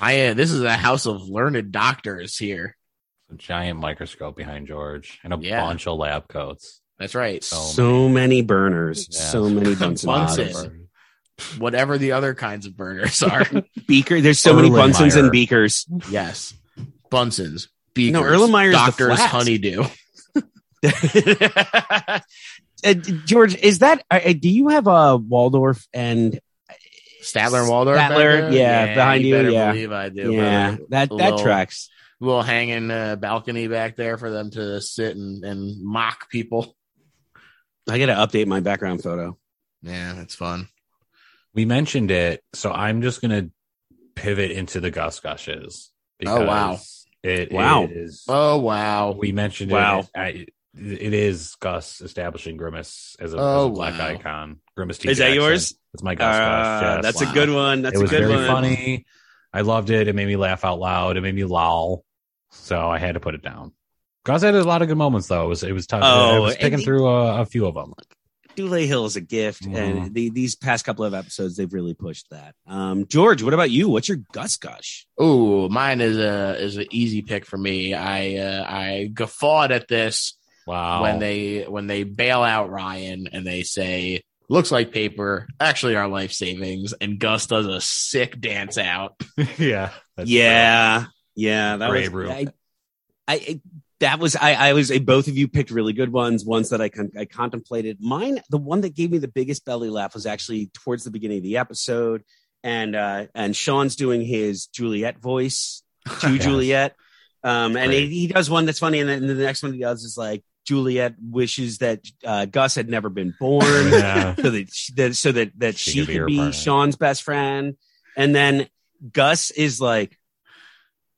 Speaker 3: I uh, this is a house of learned doctors here.
Speaker 1: A giant microscope behind George and a
Speaker 3: Yeah.
Speaker 1: bunch of lab coats.
Speaker 3: That's right.
Speaker 1: So-
Speaker 2: so many burners,
Speaker 1: Yeah.
Speaker 2: so many Oh, Bunsen
Speaker 1: Lot of
Speaker 3: Bunsen.
Speaker 2: burners.
Speaker 1: bur-
Speaker 3: Whatever the other kinds of burners are,
Speaker 2: beaker. There's so many
Speaker 1: Erlenmeyer.
Speaker 2: Bunsens and beakers.
Speaker 3: yes, Bunsen's, beakers,
Speaker 2: Erlenmeyer's the
Speaker 3: doctors,
Speaker 2: flat.
Speaker 3: honeydew.
Speaker 2: Uh, George, is that? Uh, uh, do you have a Waldorf and
Speaker 3: Statler and Waldorf. back
Speaker 2: Statler,
Speaker 3: there?
Speaker 2: yeah, behind you,
Speaker 3: better
Speaker 2: yeah.
Speaker 3: believe I do.
Speaker 2: yeah,
Speaker 3: brother.
Speaker 2: that that
Speaker 3: Little-
Speaker 2: tracks.
Speaker 3: little hanging uh, balcony back there for them to sit and, and mock people.
Speaker 2: I gotta update my background photo.
Speaker 3: Yeah, that's fun.
Speaker 1: We mentioned it, so I'm just gonna pivot into the Gus Gushes.
Speaker 3: Oh, wow.
Speaker 1: because It
Speaker 2: Wow.
Speaker 1: is-
Speaker 3: Oh wow,
Speaker 1: we mentioned
Speaker 2: Wow.
Speaker 1: it. I, it is Gus establishing Grimace as a,
Speaker 3: Oh,
Speaker 1: as a black
Speaker 3: wow.
Speaker 1: icon. Grimace T.
Speaker 2: Is that
Speaker 1: Jackson.
Speaker 2: yours?
Speaker 1: That's my Gus Gush.
Speaker 2: Uh,
Speaker 1: yes.
Speaker 2: That's
Speaker 3: wow.
Speaker 2: a good one. That's
Speaker 1: it
Speaker 2: a
Speaker 1: was
Speaker 2: good
Speaker 1: very
Speaker 2: one.
Speaker 1: funny. I loved it. It made me laugh out loud. It made me lol. So I had to put it down. Gus had a lot of good moments though. It was it was tough. I
Speaker 2: Oh,
Speaker 1: was
Speaker 2: and
Speaker 1: picking
Speaker 2: the-
Speaker 1: through a, a few of them.
Speaker 2: Dule Hill is a gift,
Speaker 1: Mhm.
Speaker 2: and the, these past couple of episodes, they've really pushed that. Um, George, what about you? What's your Gus Gush?
Speaker 3: Ooh, mine is a is an easy pick for me. I uh, I guffawed at this
Speaker 1: Wow.
Speaker 3: when they when they bail out Ryan and they say looks like paper, actually our life savings, and Gus does a sick dance out.
Speaker 1: yeah. That's
Speaker 2: yeah, yeah, that
Speaker 1: Brave
Speaker 2: was.
Speaker 1: Rube.
Speaker 2: I, I, I- that was I. I was. eh, both of you picked really good ones. Ones that I con- I contemplated. Mine, the one that gave me the biggest belly laugh was actually towards the beginning of the episode, and uh, and Sean's doing his Juliet voice to
Speaker 1: Yes.
Speaker 2: Juliet. Um, and he,
Speaker 1: Great.
Speaker 2: he does one that's funny, and then the next one he does is like Juliet wishes that uh, Gus had never been born,
Speaker 1: Yeah.
Speaker 2: so that, she, that so that that she, could
Speaker 1: her
Speaker 2: be,
Speaker 1: partner.
Speaker 2: Sean's best friend, and then Gus is like,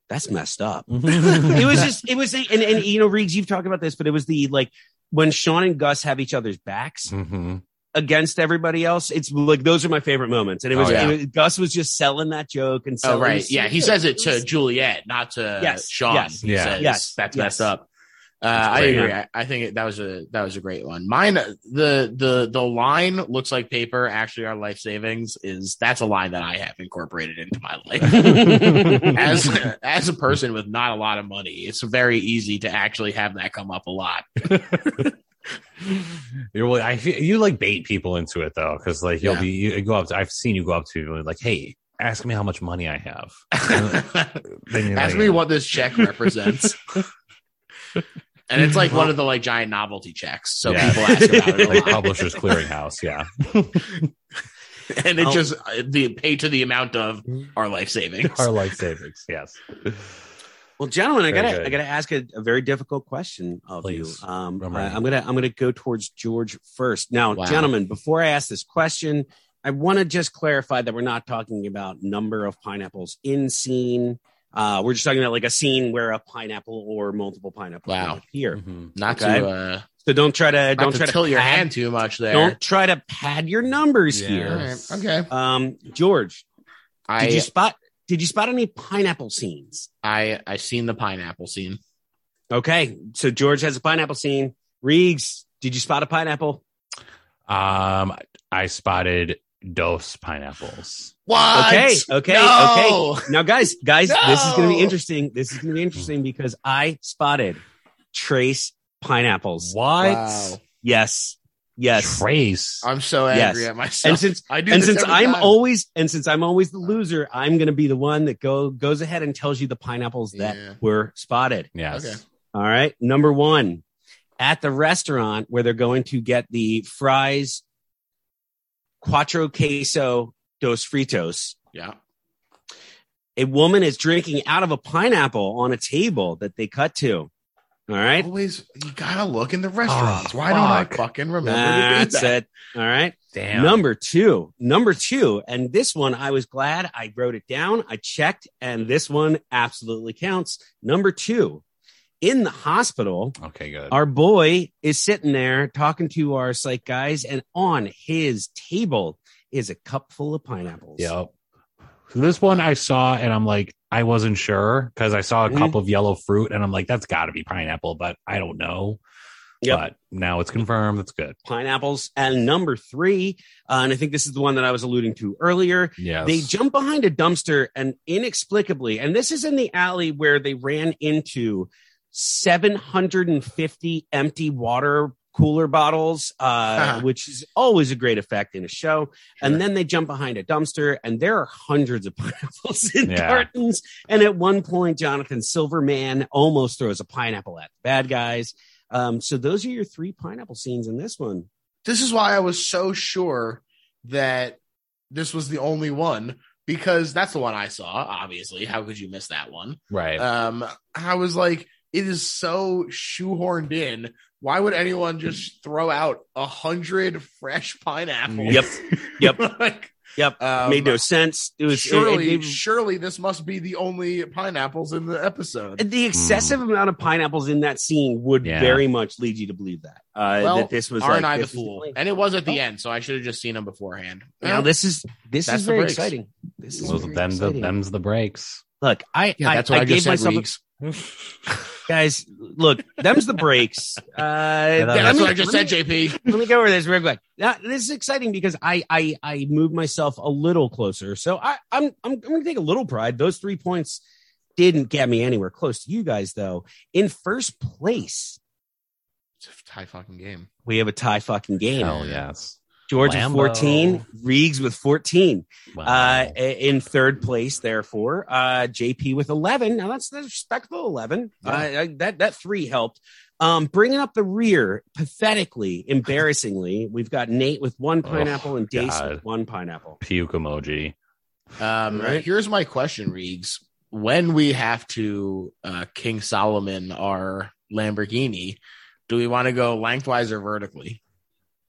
Speaker 2: "That's messed up." it was just it was a, and and you know Riggs, you've talked about this, but it was the like when Sean and Gus have each other's backs
Speaker 1: Mhm.
Speaker 2: against everybody else. It's like those are my favorite moments, and it
Speaker 1: Oh,
Speaker 2: was, it
Speaker 3: yeah.
Speaker 2: was- Gus was just selling that joke and
Speaker 3: Oh
Speaker 2: selling.
Speaker 3: right,
Speaker 2: his-
Speaker 3: yeah, he says it to Juliet, not to
Speaker 2: Yes,
Speaker 3: Sean.
Speaker 2: yes,
Speaker 3: he
Speaker 1: Yeah.
Speaker 3: says,
Speaker 2: yes,
Speaker 3: that's
Speaker 2: yes.
Speaker 3: messed up. Uh,
Speaker 1: That's
Speaker 3: I
Speaker 1: great.
Speaker 3: agree. I, I think it, that was a that was a great one. Mine, uh, the the the line looks like paper. Actually, our life savings is that's a line that I have incorporated into my life as as a person with not a lot of money. It's very easy to actually have that come up a lot.
Speaker 1: You're well, I feel you like bait people into it though, because like you'll
Speaker 3: Yeah.
Speaker 1: be you go up. To, I've seen you go up to people and like, hey, ask me how much money I have. Then you're
Speaker 3: Ask
Speaker 1: like,
Speaker 3: me what this check represents. And it's like one of the like giant novelty checks, so
Speaker 1: Yeah.
Speaker 3: people ask about it a
Speaker 1: like
Speaker 3: lot.
Speaker 1: Publishers Clearinghouse. Yeah.
Speaker 3: and it
Speaker 2: I'll-
Speaker 3: just uh, the pay to the amount of our life savings.
Speaker 1: Our life savings. Yes.
Speaker 2: Well, gentlemen, I
Speaker 1: Very
Speaker 2: gotta
Speaker 1: good.
Speaker 2: I gotta ask a, a very difficult question of
Speaker 1: Please.
Speaker 2: you. Um,
Speaker 1: I'm
Speaker 2: I-
Speaker 1: ready.
Speaker 2: I'm gonna I'm gonna go towards George first. Now,
Speaker 3: Wow.
Speaker 2: gentlemen, before I ask this question, I want to just clarify that we're not talking about number of pineapples in scene. Uh, we're just talking about like a scene where a pineapple or multiple pineapples
Speaker 3: Wow.
Speaker 2: appear.
Speaker 1: Mhm.
Speaker 3: Not
Speaker 2: Okay.
Speaker 3: to uh,
Speaker 2: So don't try to
Speaker 3: not
Speaker 2: don't
Speaker 3: to
Speaker 2: try
Speaker 3: tilt
Speaker 2: to
Speaker 3: your
Speaker 2: pad-
Speaker 3: hand too much there.
Speaker 2: Don't try to pad your numbers
Speaker 1: Yeah.
Speaker 3: All
Speaker 2: here.
Speaker 3: right, Okay.
Speaker 2: Um, George,
Speaker 3: I
Speaker 2: did you spot did you spot any pineapple scenes?
Speaker 3: I I seen the pineapple scene.
Speaker 2: Okay, so George has a pineapple scene. Reeves, did you spot a pineapple?
Speaker 1: Um, I spotted dose pineapples.
Speaker 3: What?
Speaker 2: Okay, okay,
Speaker 3: Uh, No!
Speaker 2: okay. Now, guys, guys, this is going to
Speaker 3: No.
Speaker 2: be interesting. This is going to be interesting because I spotted trace pineapples.
Speaker 1: What?
Speaker 3: Wow.
Speaker 2: Yes, yes.
Speaker 1: Trace.
Speaker 3: I'm so angry
Speaker 2: Yes.
Speaker 3: at myself.
Speaker 2: and since
Speaker 3: I do
Speaker 2: and
Speaker 3: this
Speaker 2: since
Speaker 3: every
Speaker 2: I'm
Speaker 3: time.
Speaker 2: always and since I'm always the loser, I'm going to be the one that go goes ahead and tells you the pineapples that
Speaker 3: Yeah.
Speaker 2: were spotted.
Speaker 1: Yes.
Speaker 3: Okay.
Speaker 2: All right. Number one, at the restaurant where they're going to get the fries, quattro queso dos fritos,
Speaker 3: yeah,
Speaker 2: a woman is drinking out of a pineapple on a table that they cut to. All right.
Speaker 3: always you gotta look in the restaurants.
Speaker 1: Oh,
Speaker 3: Why don't I
Speaker 1: fuck.
Speaker 3: fucking remember? to do
Speaker 2: Ah, That's
Speaker 3: that?
Speaker 2: it. All right.
Speaker 1: Damn.
Speaker 2: Number two, number two. And this one, I was glad I wrote it down. I checked, and this one absolutely counts. Number two, in the hospital,
Speaker 1: Okay, good.
Speaker 2: our boy is sitting there talking to our psych guys, and on his table is a cup full of pineapples.
Speaker 1: Yep. So this one I saw and I'm like, I wasn't sure because I saw a
Speaker 3: Mm-hmm.
Speaker 2: Mhm.
Speaker 1: cup of yellow fruit and I'm like, that's got to be pineapple, but I don't know.
Speaker 2: Yep.
Speaker 1: But now it's confirmed. That's good.
Speaker 2: Pineapples. And number three, uh, and I think this is the one that I was alluding to earlier.
Speaker 1: Yes.
Speaker 2: They jump behind a dumpster and inexplicably, and this is in the alley where they ran into 750 empty water cooler bottles, uh,
Speaker 1: Uh-huh.
Speaker 2: which is always a great effect in a show. And then they jump behind a dumpster, and there are hundreds of pineapples in
Speaker 1: Yeah.
Speaker 2: cartons. And at one point, Jonathan Silverman almost throws a pineapple at the bad guys. Um, so those are your three pineapple scenes in this one.
Speaker 3: This is why I was so sure that this was the only one because that's the one I saw. Obviously, how could you miss that one?
Speaker 1: right.
Speaker 2: Uh,
Speaker 3: Um, I was like, it is so shoehorned in. Why would anyone just throw out a hundred fresh pineapples?
Speaker 2: Yep. Yep.
Speaker 3: Like,
Speaker 2: Yep.
Speaker 3: um,
Speaker 2: Made no sense. It was it- it-
Speaker 3: surely,
Speaker 2: they-
Speaker 3: surely this must be the only pineapples in the episode.
Speaker 2: the excessive
Speaker 3: Hmm.
Speaker 2: amount of pineapples in that scene would
Speaker 1: Yeah.
Speaker 2: very much lead you to believe that uh,
Speaker 3: Well,
Speaker 2: that this was
Speaker 3: Aren't
Speaker 2: like,
Speaker 3: I the
Speaker 2: this was
Speaker 3: fool?
Speaker 2: plan.
Speaker 3: And it was at the end, so I should have just seen them beforehand.
Speaker 2: Now this is this
Speaker 3: That's
Speaker 2: is
Speaker 3: the
Speaker 2: very
Speaker 3: breaks.
Speaker 2: exciting. This is
Speaker 1: Those-
Speaker 2: very
Speaker 1: them's, the,
Speaker 2: exciting.
Speaker 1: them's the breaks.
Speaker 2: Look, I
Speaker 3: yeah,
Speaker 2: I,
Speaker 3: that's what I,
Speaker 2: I
Speaker 3: just
Speaker 2: gave
Speaker 3: said.
Speaker 2: myself
Speaker 3: Reeks.
Speaker 2: guys. Look, them's the breaks. Uh,
Speaker 1: Yeah,
Speaker 3: Yeah,
Speaker 1: Let
Speaker 3: that's
Speaker 1: me-
Speaker 3: what I just said, JP.
Speaker 2: let me go over this real quick. Now, this is exciting because I I I moved myself a little closer. So I I'm I'm, I'm going to take a little pride. Those three points didn't get me anywhere close to you guys though. In first place,
Speaker 3: It's a tie fucking game.
Speaker 2: we have a tie fucking game.
Speaker 1: Oh, yes.
Speaker 2: George
Speaker 1: Lambo.
Speaker 2: with 14, Reegs with 14.
Speaker 1: Wow.
Speaker 2: Uh, i- in third place, therefore, uh, JP with 11. Now that's, that's respectable 11.
Speaker 3: Yeah.
Speaker 2: Uh, I- that, that three helped. Um, bringing up the rear, pathetically, embarrassingly, we've got Nate with one pineapple
Speaker 1: Oh,
Speaker 2: and Dace
Speaker 1: God.
Speaker 2: with one pineapple.
Speaker 1: Puke emoji.
Speaker 3: Um,
Speaker 2: Right.
Speaker 3: Here's my question, Reeves. When we have to uh, King Solomon our Lamborghini, do we want to go lengthwise or vertically?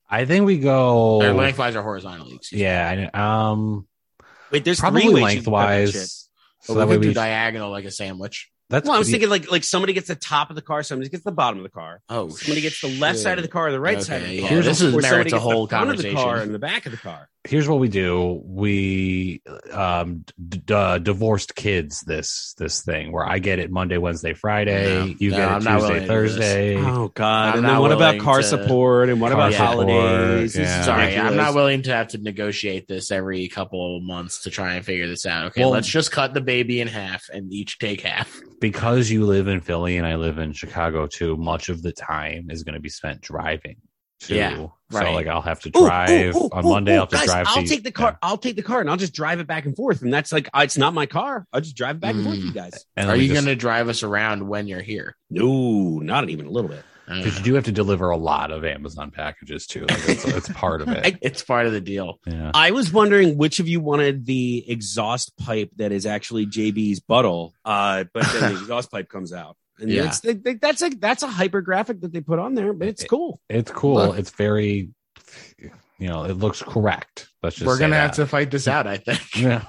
Speaker 1: I think we go.
Speaker 3: Or lengthwise or horizontally? Excuse me.
Speaker 1: Oh. yeah. I- Um,
Speaker 2: Wait, there's
Speaker 1: probably
Speaker 2: three ways you can cut that shit.
Speaker 1: lengthwise. So
Speaker 3: Or
Speaker 1: that
Speaker 3: Oh, we
Speaker 1: way
Speaker 3: could do
Speaker 1: we.
Speaker 3: diagonal like a sandwich.
Speaker 1: That's
Speaker 2: Well, I was
Speaker 1: pretty-
Speaker 2: thinking like like somebody gets the top of the car, somebody gets the bottom of the car,
Speaker 3: Oh,
Speaker 2: somebody gets the left
Speaker 3: shit.
Speaker 2: side of the car, or the right side of
Speaker 3: Okay,
Speaker 2: the
Speaker 3: yeah,
Speaker 2: car.
Speaker 1: Here's
Speaker 3: this is
Speaker 2: or somebody
Speaker 3: merits a
Speaker 2: gets the
Speaker 3: whole
Speaker 2: front of the
Speaker 3: conversation.
Speaker 2: car and the back of the car.
Speaker 1: here's what we do we um d- d- uh, divorced kids this this thing where i get it monday wednesday friday
Speaker 3: No,
Speaker 1: you
Speaker 3: no,
Speaker 1: get it
Speaker 3: I'm not
Speaker 1: tuesday
Speaker 3: willing to do this.
Speaker 1: thursday
Speaker 2: Oh God!
Speaker 3: I'm
Speaker 2: and then
Speaker 3: not
Speaker 2: what about
Speaker 3: willing
Speaker 2: car
Speaker 3: to-
Speaker 2: support? And what
Speaker 1: Car
Speaker 2: about
Speaker 1: support,
Speaker 2: holidays? This is
Speaker 1: yeah.
Speaker 3: Sorry, I'm
Speaker 2: ridiculous.
Speaker 3: not willing to have to negotiate this every couple of months to try and figure this out. Okay,
Speaker 1: Well-
Speaker 3: let's just cut the baby in half and each take half.
Speaker 1: because you live in philly and i live in chicago too much of the time is going to be spent driving too
Speaker 3: Yeah,
Speaker 1: so
Speaker 3: right.
Speaker 1: like i'll have to
Speaker 2: Ooh, ooh,
Speaker 1: drive
Speaker 2: ooh,
Speaker 1: on
Speaker 2: ooh,
Speaker 1: monday
Speaker 2: ooh,
Speaker 1: i'll have to
Speaker 2: guys,
Speaker 1: drive
Speaker 2: I'll
Speaker 1: to-
Speaker 2: take the car. I'll take the car and I'll just drive it back and forth. And that's like it's not my car. I'll just
Speaker 1: Hmm.
Speaker 2: drive it back and forth,
Speaker 3: Mm.
Speaker 2: you guys.
Speaker 1: yeah. and
Speaker 3: Are
Speaker 1: we
Speaker 3: you
Speaker 1: just-
Speaker 3: going to drive us around when you're here?
Speaker 2: No, not even a little bit.
Speaker 1: because you do have to deliver a lot of Amazon packages too. Like it's, it's part of it.
Speaker 2: I-
Speaker 3: it's part of the deal.
Speaker 1: yeah.
Speaker 2: I was wondering which of you wanted the exhaust pipe that is actually JB's buttle, uh, but then the exhaust pipe comes out. And
Speaker 3: Yeah.
Speaker 2: that's they, they- that's like that's a hyper graphic that they put on there, but
Speaker 1: Eh.
Speaker 2: it's cool.
Speaker 1: It's cool.
Speaker 3: Look.
Speaker 1: It's very, you know, it looks correct. Let's just
Speaker 3: We're
Speaker 1: say
Speaker 3: gonna have
Speaker 1: that.
Speaker 3: to fight this out, I think.
Speaker 1: Yeah.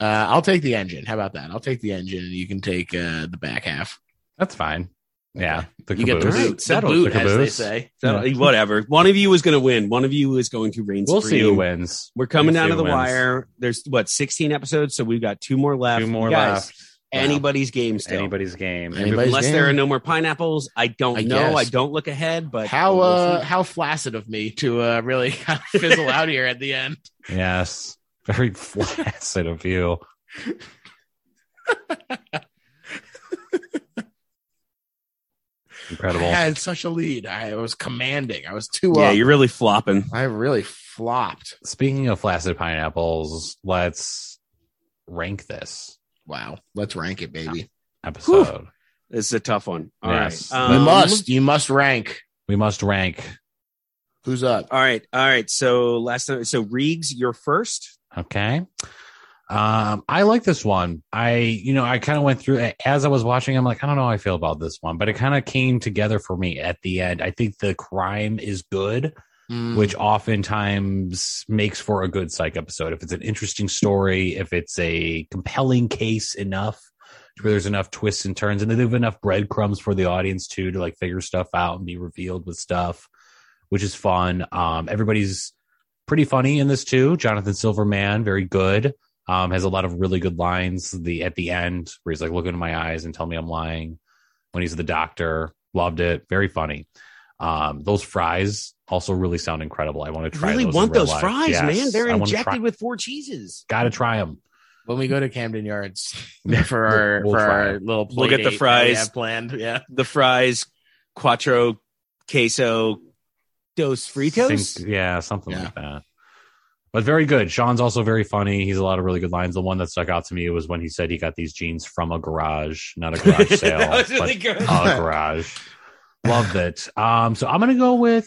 Speaker 3: Uh, I'll take the engine. How about that? I'll take the engine, and you can take uh, the back half.
Speaker 1: That's fine. Yeah. The
Speaker 3: you get the
Speaker 1: caboose.
Speaker 3: boot, the
Speaker 2: Settled.
Speaker 3: boot,
Speaker 1: The
Speaker 3: as they
Speaker 1: caboose.
Speaker 3: say.
Speaker 2: So,
Speaker 1: Yeah.
Speaker 2: Whatever. One of you is going to win. One of you is going to reign
Speaker 1: We'll see
Speaker 2: supreme.
Speaker 1: who wins.
Speaker 2: We're coming
Speaker 1: We'll see
Speaker 2: down to
Speaker 1: who
Speaker 2: the
Speaker 1: wins.
Speaker 2: wire. There's what 16 episodes, so we've got two more left.
Speaker 1: Two more
Speaker 2: Guys,
Speaker 1: left.
Speaker 2: Anybody's game still.
Speaker 1: Anybody's game.
Speaker 3: Anybody's
Speaker 2: Unless there
Speaker 3: game.
Speaker 2: are no more pineapples, I don't
Speaker 3: I
Speaker 2: know.
Speaker 3: guess.
Speaker 2: I don't look ahead, but
Speaker 3: How
Speaker 2: we'll
Speaker 3: uh,
Speaker 2: see.
Speaker 3: how flaccid of me to uh, really fizzle out here at the end.
Speaker 1: Yes. Very flaccid of you. Incredible.
Speaker 3: I had such a lead. I was commanding. I was two
Speaker 2: yeah,
Speaker 3: up.
Speaker 2: you're really flopping.
Speaker 3: I really flopped.
Speaker 1: Speaking of flaccid pineapples, let's rank this
Speaker 3: Wow. Let's rank it, baby.
Speaker 1: episode.
Speaker 2: This is a tough one. All right,
Speaker 1: Yes.
Speaker 3: you
Speaker 1: Um,
Speaker 3: must. You must rank.
Speaker 1: We must rank.
Speaker 3: Who's up?
Speaker 2: All right, all right. So last time, so Reegs, you're first.
Speaker 1: Okay. Um, I like this one. I, you know, I kind of went through it as I was watching. I'm like, I don't know how I feel about this one, but it kind of came together for me at the end. I think the crime is good.
Speaker 3: Mm,
Speaker 1: which oftentimes makes for a good psych episode. If it's an interesting story, if it's a compelling case enough to where there's enough twists and turns and they leave enough breadcrumbs for the audience too to like figure stuff out and be revealed with stuff, which is fun. Um, everybody's pretty funny in this too. Jonathan Silverman, very good. Um, has a lot of really good lines. The at the end where he's like, "Look into my eyes and tell me I'm lying," when he's the doctor. Loved it. Very funny. Um, those fries also really sound incredible. I want to try.
Speaker 2: really
Speaker 1: those
Speaker 2: want
Speaker 1: in real
Speaker 2: those
Speaker 1: life.
Speaker 2: fries,
Speaker 1: Yes.
Speaker 2: man. They're
Speaker 1: I wanna
Speaker 2: injected
Speaker 1: try-
Speaker 2: with four cheeses.
Speaker 1: Gotta try them.
Speaker 3: when we go to Camden Yards for our
Speaker 1: We'll
Speaker 3: for
Speaker 1: try
Speaker 3: our little play
Speaker 2: We'll get the
Speaker 3: date that we
Speaker 2: fries.
Speaker 3: have planned. Yeah.
Speaker 2: The fries, quattro, queso, dos fritos.
Speaker 1: Think- yeah, something
Speaker 3: Yeah.
Speaker 1: like that. But very good. Sean's also very funny. He's a lot of really good lines. The one that stuck out to me was when he said he got these jeans from a garage, not a garage sale,
Speaker 2: That was
Speaker 1: but
Speaker 2: really good.
Speaker 1: a Oh, garage. Loved it. Um, so I'm gonna go with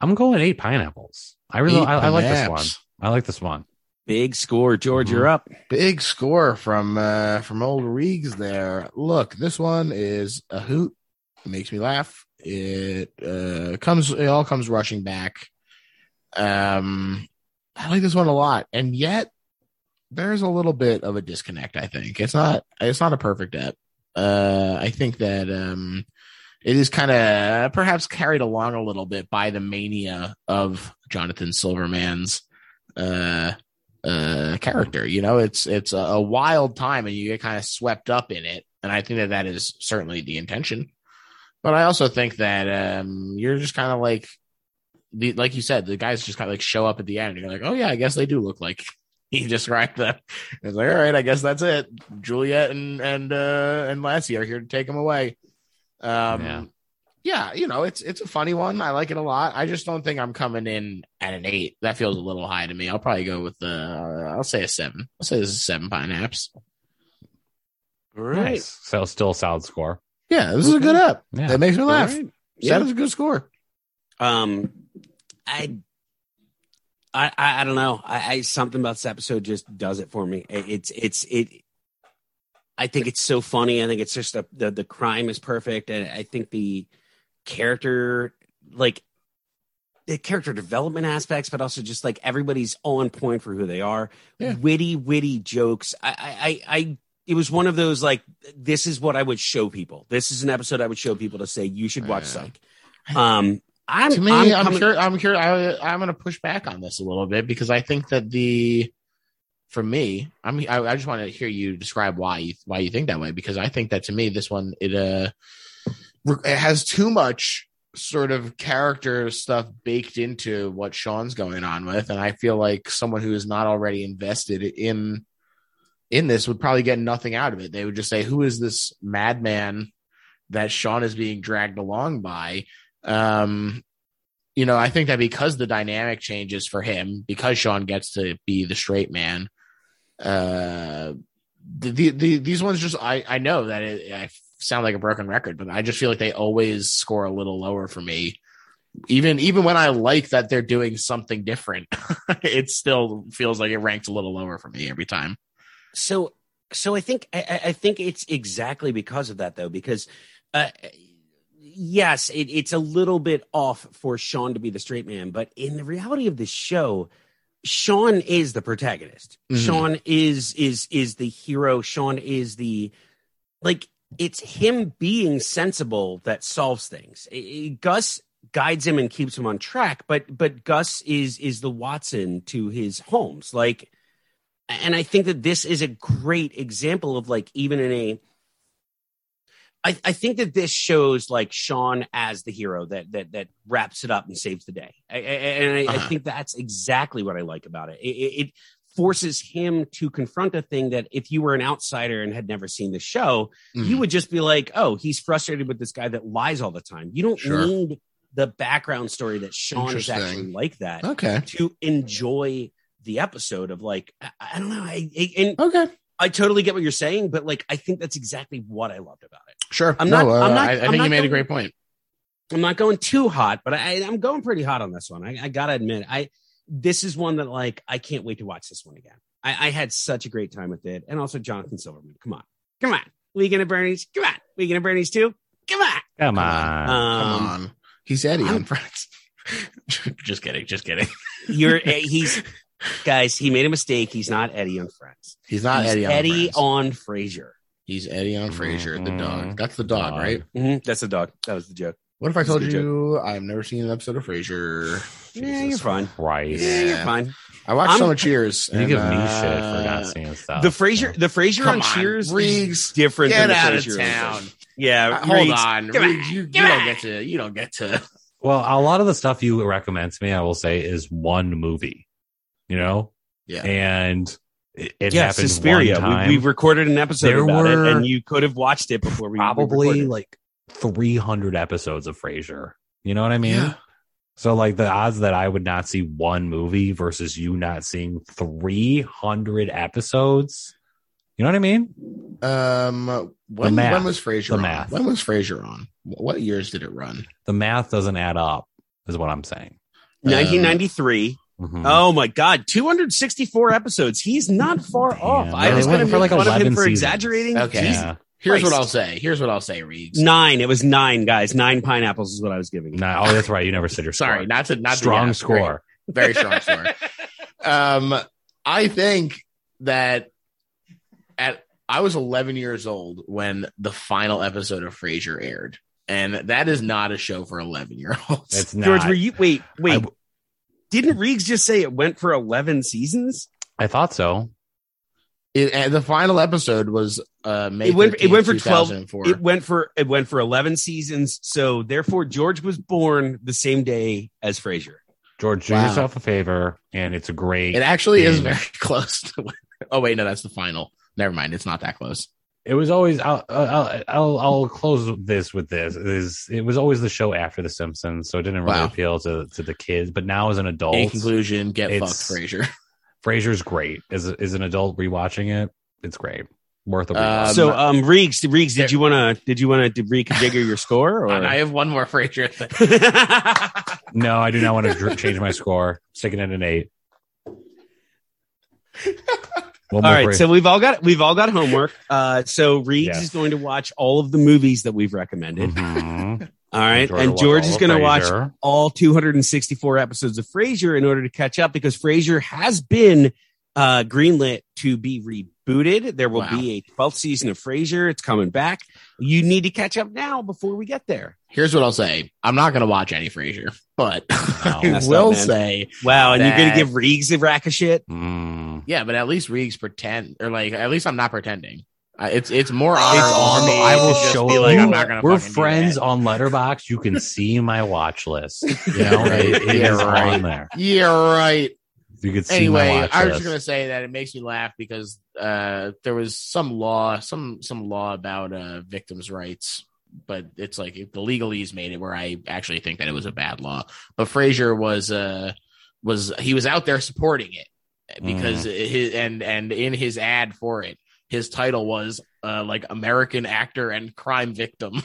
Speaker 1: I'm going eight pineapples. I really
Speaker 3: Eat
Speaker 1: I, I like this one.
Speaker 3: Panaps.
Speaker 1: I like this one.
Speaker 2: Big score, George.
Speaker 1: Mhm.
Speaker 2: You're up.
Speaker 3: Big score from uh from old Reegs there. Look, this one is a hoot. It makes me laugh. It uh comes it all comes rushing back. Um I like this one a lot. And yet there's a little bit of a disconnect, I think. It's not it's not a perfect app. Uh I think that um it is kind of perhaps carried along a little bit by the mania of Jonathan Silverman's uh uh character you know it's it's a, a wild time and you get kind of swept up in it and i think that that is certainly the intention but i also think that um you're just kind of like the like you said the guys just kind of like show up at the end and you're like oh yeah i guess they do look like he described them it's like all right i guess that's it juliet and and uh and lassie are here to take him away um
Speaker 1: Yeah.
Speaker 3: yeah. you know, it's it's a funny one. I like it a lot. I just don't think I'm coming in at an eight. That feels a little high to me. I'll probably go with the. uh, I'll say a seven. I'll say this is seven pine apps.
Speaker 2: All right.
Speaker 1: Nice. So still a solid score.
Speaker 3: Yeah, this is a
Speaker 2: Okay.
Speaker 3: good up.
Speaker 1: Yeah.
Speaker 3: That makes me laugh.
Speaker 2: All right.
Speaker 3: That is a good score.
Speaker 2: Um, I, I, I I don't know. I, I something about this episode just does it for me. It- It's it's it. I think it's so funny. I think it's just a, the the crime is perfect, and I think the character like the character development aspects, but also just like everybody's on point for who they are.
Speaker 3: Yeah.
Speaker 2: Witty, witty jokes. I, I, I, I. It was one of those like this is what I would show people. This is an episode I would show people to say you should watch
Speaker 3: Yeah.
Speaker 2: Psych. Um, I'm,
Speaker 3: to me,
Speaker 2: I'm,
Speaker 3: I'm,
Speaker 2: coming-
Speaker 3: cur- I'm cur- I, I'm going to push back on this a little bit because I think that the, for me, I'm, I, I just want to hear you describe why you, why you think that way because I think that to me, this one, it, uh, re- it has too much sort of character stuff baked into what Sean's going on with. And I feel like someone who is not already invested in, in this would probably get nothing out of it. They would just say, who is this madman that Sean is being dragged along by? Um, you know, I think that because the dynamic changes for him, because Sean gets to be the straight man, uh, the, the, the these ones just I I know that it, I sound like a broken record, but I just feel like they always score a little lower for me. Even even when I like that they're doing something different, it still feels like it ranks a little lower for me every time.
Speaker 2: so so i think i, I- I think it's exactly because of that though because uh yes it, it's a little bit off for sean to be the straight man but in the reality of this show sean is the protagonist
Speaker 3: Mhm.
Speaker 2: sean is is is the hero sean is the like it's him being sensible that solves things I- I- gus guides him and keeps him on track but but gus is is the watson to his holmes like and i think that this is a great example of like even in a I, I think that this shows like Sean as the hero that that that wraps it up and saves the day, I, I, and I, I
Speaker 3: Uh-huh.
Speaker 2: think that's exactly what I like about it. It, it. it forces him to confront a thing that if you were an outsider and had never seen the show,
Speaker 3: Hmm.
Speaker 2: you would just be like, "Oh, he's frustrated with this guy that lies all the time." You don't
Speaker 3: Sure.
Speaker 2: need the background story that Sean is actually
Speaker 3: Interesting.
Speaker 2: like that
Speaker 3: okay.
Speaker 2: to enjoy the episode of like I, I don't know I, I and
Speaker 3: Okay.
Speaker 2: I totally get what you're saying but like I think that's exactly what I loved about it.
Speaker 3: Sure.
Speaker 2: I'm
Speaker 3: No,
Speaker 2: not- I'm
Speaker 3: uh,
Speaker 2: not-
Speaker 3: I, I
Speaker 2: I'm
Speaker 3: think
Speaker 2: not
Speaker 3: you made a
Speaker 2: going-
Speaker 3: great point.
Speaker 2: I'm not going too hot but I I'm going pretty hot on this one. I, I gotta admit I this is one that like I can't wait to watch this one again. I, I had such a great time with it and also Jonathan Silverman. Come on, come on, Weekend at Bernie's. Come on, Weekend at Bernie's too. Come on.
Speaker 1: Come
Speaker 3: Come
Speaker 1: on.
Speaker 3: on. Come
Speaker 2: Um,
Speaker 3: on. He's Eddie
Speaker 2: I'm-
Speaker 3: on Friends. just kidding. Just kidding.
Speaker 2: You're eh, he's guys. He made a mistake. He's not Eddie on Friends.
Speaker 3: He's not
Speaker 2: He's
Speaker 3: Eddie. On
Speaker 2: Eddie
Speaker 3: Friends.
Speaker 2: on Frasier.
Speaker 3: He's Eddie on Frasier, the
Speaker 1: Mhm.
Speaker 3: dog. That's the dog,
Speaker 1: Dog.
Speaker 3: right?
Speaker 2: Mhm, That's a dog. That was the joke.
Speaker 3: What if I
Speaker 2: It's a
Speaker 3: told
Speaker 2: good
Speaker 3: you I've never seen an episode of Frasier?
Speaker 2: Yeah,
Speaker 3: Jesus.
Speaker 2: you're fine.
Speaker 1: Christ.
Speaker 2: Yeah, you're
Speaker 3: Yeah.
Speaker 2: fine.
Speaker 3: I watched so
Speaker 2: I'm-
Speaker 3: much Cheers.
Speaker 1: You
Speaker 3: and,
Speaker 1: give me
Speaker 3: uh,
Speaker 1: shit for not seeing stuff.
Speaker 2: the Frasier, the Frasier on
Speaker 3: Come on,
Speaker 2: Cheers, is
Speaker 3: Riggs.
Speaker 2: different
Speaker 3: Get
Speaker 2: than the
Speaker 3: out of
Speaker 2: Frasier on
Speaker 3: town.
Speaker 2: Cheers. Yeah,
Speaker 3: Uh, hold
Speaker 2: Riggs-
Speaker 3: on,
Speaker 2: Come
Speaker 3: Riggs,
Speaker 2: on,
Speaker 3: you, you
Speaker 2: come
Speaker 3: don't
Speaker 2: on.
Speaker 3: get to. You don't get to.
Speaker 1: Well, a lot of the stuff you recommend to me, I will say, is one movie, you know?
Speaker 3: Yeah.
Speaker 1: And it, it
Speaker 2: yeah,
Speaker 1: happened one
Speaker 2: Suspiria.
Speaker 1: time.
Speaker 2: We, we recorded an episode
Speaker 1: There
Speaker 2: about
Speaker 1: were
Speaker 2: it, and you could have watched it before we we
Speaker 1: probably
Speaker 2: recorded.
Speaker 1: like 300 episodes of Frasier. You know what I mean?
Speaker 3: Yeah.
Speaker 1: So, like, the odds that I would not see one movie versus you not seeing 300 episodes. You know what I mean?
Speaker 3: Um, when
Speaker 1: math.
Speaker 3: when was Frasier
Speaker 1: The
Speaker 3: on?
Speaker 1: math.
Speaker 3: When was Frasier on? Wh- What years did it run?
Speaker 1: The math doesn't add up, is what I'm saying.
Speaker 2: 1993.
Speaker 1: Mhm.
Speaker 2: Um, Oh my God, 264 episodes. He's not far
Speaker 1: Damn.
Speaker 2: off. I
Speaker 1: No,
Speaker 2: was
Speaker 1: they
Speaker 2: going to
Speaker 1: went for
Speaker 2: make
Speaker 1: like
Speaker 2: fun of him
Speaker 1: 11
Speaker 2: for
Speaker 1: seasons.
Speaker 2: exaggerating.
Speaker 3: Okay.
Speaker 2: Jesus
Speaker 1: Yeah.
Speaker 3: Here's what
Speaker 2: Christ.
Speaker 3: I'll say. Here's what I'll say, Reeves.
Speaker 2: Nine. It was nine, guys. Nine pineapples is what I was giving. you.
Speaker 1: No, oh, that's right. You never said your
Speaker 3: Sorry,
Speaker 1: score.
Speaker 3: not to not to-
Speaker 1: strong
Speaker 3: yeah,
Speaker 1: score.
Speaker 3: great. very strong score. um, I think that at I was 11 years old when the final episode of Frasier aired, and that is not a show for 11 year olds.
Speaker 1: It's not.
Speaker 2: George, were you wait wait?
Speaker 1: I w-
Speaker 2: didn't Riggs just say it went for 11 seasons?
Speaker 1: I thought so.
Speaker 3: It, and the final episode was uh, May
Speaker 2: It went- it
Speaker 3: 15th,
Speaker 2: went for 12
Speaker 3: 2004.
Speaker 2: It went for it went for 11 seasons. So therefore, George was born the same day as Frasier.
Speaker 1: George, do
Speaker 3: Wow.
Speaker 1: yourself a favor, and it's a great.
Speaker 3: It actually is very close. To when, oh wait, no, that's the final. Never mind, it's not that close.
Speaker 1: it was always. I'll, I'll I'll I'll close this with this. It Is it was always the show after The Simpsons, so it didn't really
Speaker 3: Wow.
Speaker 1: appeal to to the kids. But now as an adult,
Speaker 3: In conclusion, get fucked,
Speaker 1: It's-
Speaker 3: Frasier.
Speaker 1: Frasier's great. As a- as an adult rewatching it, it's great. Worth a
Speaker 3: Um,
Speaker 1: rewatch.
Speaker 2: so um, Riggs, Riggs,
Speaker 3: there-
Speaker 2: did you wanna did you wanna reconfigure your score? Or?
Speaker 3: And I have one more Frasier thing.
Speaker 1: no, I do not want to dr- change my score. Sticking it at an eight. One more
Speaker 2: all right,
Speaker 1: Frasier.
Speaker 2: so we've all got we've all got homework. Uh, so Riggs
Speaker 1: Yes.
Speaker 2: is going to watch all of the movies that we've recommended.
Speaker 1: Mhm.
Speaker 2: All right,
Speaker 1: will
Speaker 2: and
Speaker 1: watch
Speaker 2: George
Speaker 1: all
Speaker 2: is
Speaker 1: of
Speaker 2: going to watch
Speaker 1: Frasier.
Speaker 2: all 264 episodes of Frasier in order to catch up because Frasier has been uh, greenlit to be rebooted. There will
Speaker 3: Wow.
Speaker 2: be a 12th season of Frasier. It's coming back. You need to catch up now before we get there.
Speaker 3: Here's what I'll say. I'm not going to watch any Frasier, but I
Speaker 2: messed
Speaker 3: will
Speaker 2: up, man.
Speaker 3: say,
Speaker 2: Wow, and you're going
Speaker 3: That-
Speaker 2: to give Riggs a rack of shit.
Speaker 1: Mm.
Speaker 3: yeah, but at least Riggs pretend, or like at least I'm not pretending. I it's it's more honor
Speaker 2: It's on
Speaker 3: for me.
Speaker 2: the-
Speaker 3: to
Speaker 1: I will
Speaker 3: just
Speaker 1: show
Speaker 3: be
Speaker 1: you.
Speaker 3: like I'm not going to.
Speaker 1: We're friends on Letterbox. You can see my watch list. You know,
Speaker 3: Yeah, right.
Speaker 1: it, it is
Speaker 3: Yeah, right.
Speaker 1: on there.
Speaker 3: Yeah, right.
Speaker 1: You can see my
Speaker 3: anyway,
Speaker 1: watch
Speaker 3: I was
Speaker 1: list.
Speaker 3: just gonna say that it makes me laugh because uh, there was some law, some some law about uh, victims' rights, but it's like the legalese made it where I actually think that it was a bad law. But Frazier was uh, was he was out there
Speaker 1: Mm-hmm.
Speaker 3: supporting it because his and and in his ad for it, his title was uh, like American actor and crime victim.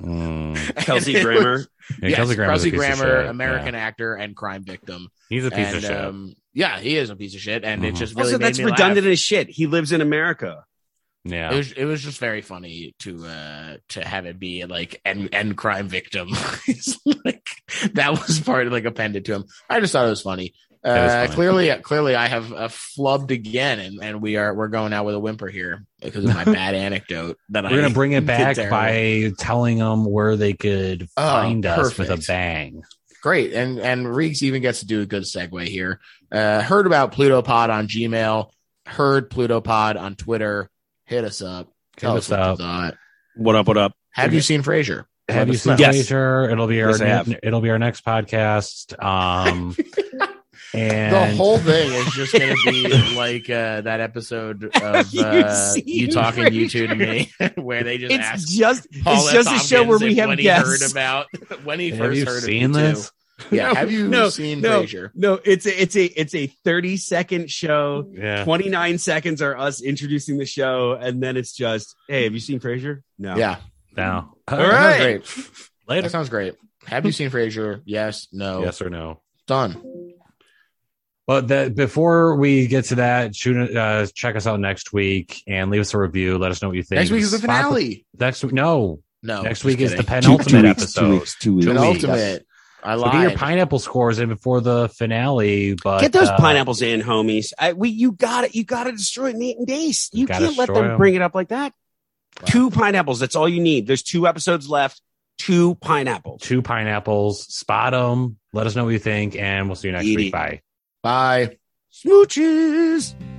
Speaker 1: Mm.
Speaker 2: Kelsey
Speaker 3: And it
Speaker 2: Grammer.
Speaker 3: was-
Speaker 1: Yeah,
Speaker 3: yes,
Speaker 1: Kelsey Grammer's a piece of
Speaker 3: Grammer,
Speaker 1: shit.
Speaker 3: American actor and crime victim.
Speaker 1: Yeah. He's a piece
Speaker 3: and,
Speaker 1: of shit.
Speaker 3: Um, yeah, he is a piece of shit, and it
Speaker 1: Mhm.
Speaker 3: just really
Speaker 2: also,
Speaker 3: made
Speaker 2: that's
Speaker 3: me laugh.
Speaker 2: redundant as shit. He lives in America.
Speaker 1: yeah.
Speaker 3: It was it was just very funny to uh to have it be like and and crime victim. It's like that was part of like appended to him. I just thought it was funny.
Speaker 1: That was
Speaker 3: Uh,
Speaker 1: funny.
Speaker 3: clearly, clearly, I have uh, flubbed again, and, and we are we're going out with a whimper here because of my bad anecdote. That
Speaker 1: We're
Speaker 3: I
Speaker 1: gonna bring it
Speaker 3: did
Speaker 1: back
Speaker 3: there.
Speaker 1: by telling them where they could find us with a
Speaker 3: Oh, perfect.
Speaker 1: bang.
Speaker 3: great and and reeks even gets to do a good segue here uh heard about plutopod on gmail heard plutopod on twitter hit us up
Speaker 1: Hit us
Speaker 3: what you
Speaker 1: up.
Speaker 3: thought.
Speaker 2: What up? What up?
Speaker 3: have you seen frasier
Speaker 1: Have you seen
Speaker 2: Yes.
Speaker 1: Frasier? It'll be our
Speaker 2: Yes, I have.
Speaker 1: it'll be our next podcast. Um, and
Speaker 3: the whole thing is just gonna be like uh that episode of
Speaker 2: Have you
Speaker 3: uh,
Speaker 2: seen
Speaker 3: you talking you two to
Speaker 2: Frasier?
Speaker 3: me where they just ask
Speaker 2: It's just
Speaker 3: Paul
Speaker 2: it's just a show where we have
Speaker 3: when he heard
Speaker 2: guests.
Speaker 3: about when he
Speaker 1: have
Speaker 3: first
Speaker 1: you
Speaker 3: heard of
Speaker 1: seen
Speaker 3: you two.
Speaker 1: this?
Speaker 3: yeah
Speaker 2: No,
Speaker 3: have you
Speaker 2: no,
Speaker 3: seen
Speaker 2: no.
Speaker 3: frasier
Speaker 2: No, it's a, it's a it's a 30 second show.
Speaker 1: Yeah.
Speaker 2: 29 seconds are us introducing the show, and then it's just, hey, have you seen Frasier? No.
Speaker 3: yeah
Speaker 1: Now.
Speaker 2: All
Speaker 3: that sounds
Speaker 2: right.
Speaker 3: great
Speaker 1: Later.
Speaker 3: that sounds great have you seen frasier yes no
Speaker 1: Yes or no.
Speaker 3: done
Speaker 1: But that before we get to that, shoot, uh, check us out next week and leave us a review. Let us know what you think.
Speaker 3: Next week is the
Speaker 1: Spot
Speaker 3: finale.
Speaker 1: next week, no.
Speaker 3: No,
Speaker 1: next
Speaker 3: just
Speaker 1: week is the
Speaker 3: kidding.
Speaker 1: penultimate episode.
Speaker 2: two
Speaker 1: weeks.
Speaker 3: penultimate. I
Speaker 1: So do your
Speaker 3: lied.
Speaker 1: pineapple scores in before the finale. But
Speaker 2: Get those
Speaker 1: uh,
Speaker 2: pineapples in, homies. I, we you got it. You got to destroy Nate and Dace. You
Speaker 1: Gotta
Speaker 2: can't let
Speaker 1: destroy
Speaker 2: them
Speaker 1: 'em.
Speaker 2: bring it up like that. Two pineapples. That's all you need. There's two episodes left. Two pineapples.
Speaker 1: two pineapples. Spot them. Let us know what you think, and we'll see you next
Speaker 2: Eat
Speaker 1: week.
Speaker 2: it.
Speaker 1: Bye.
Speaker 3: Bye.
Speaker 2: Smooches.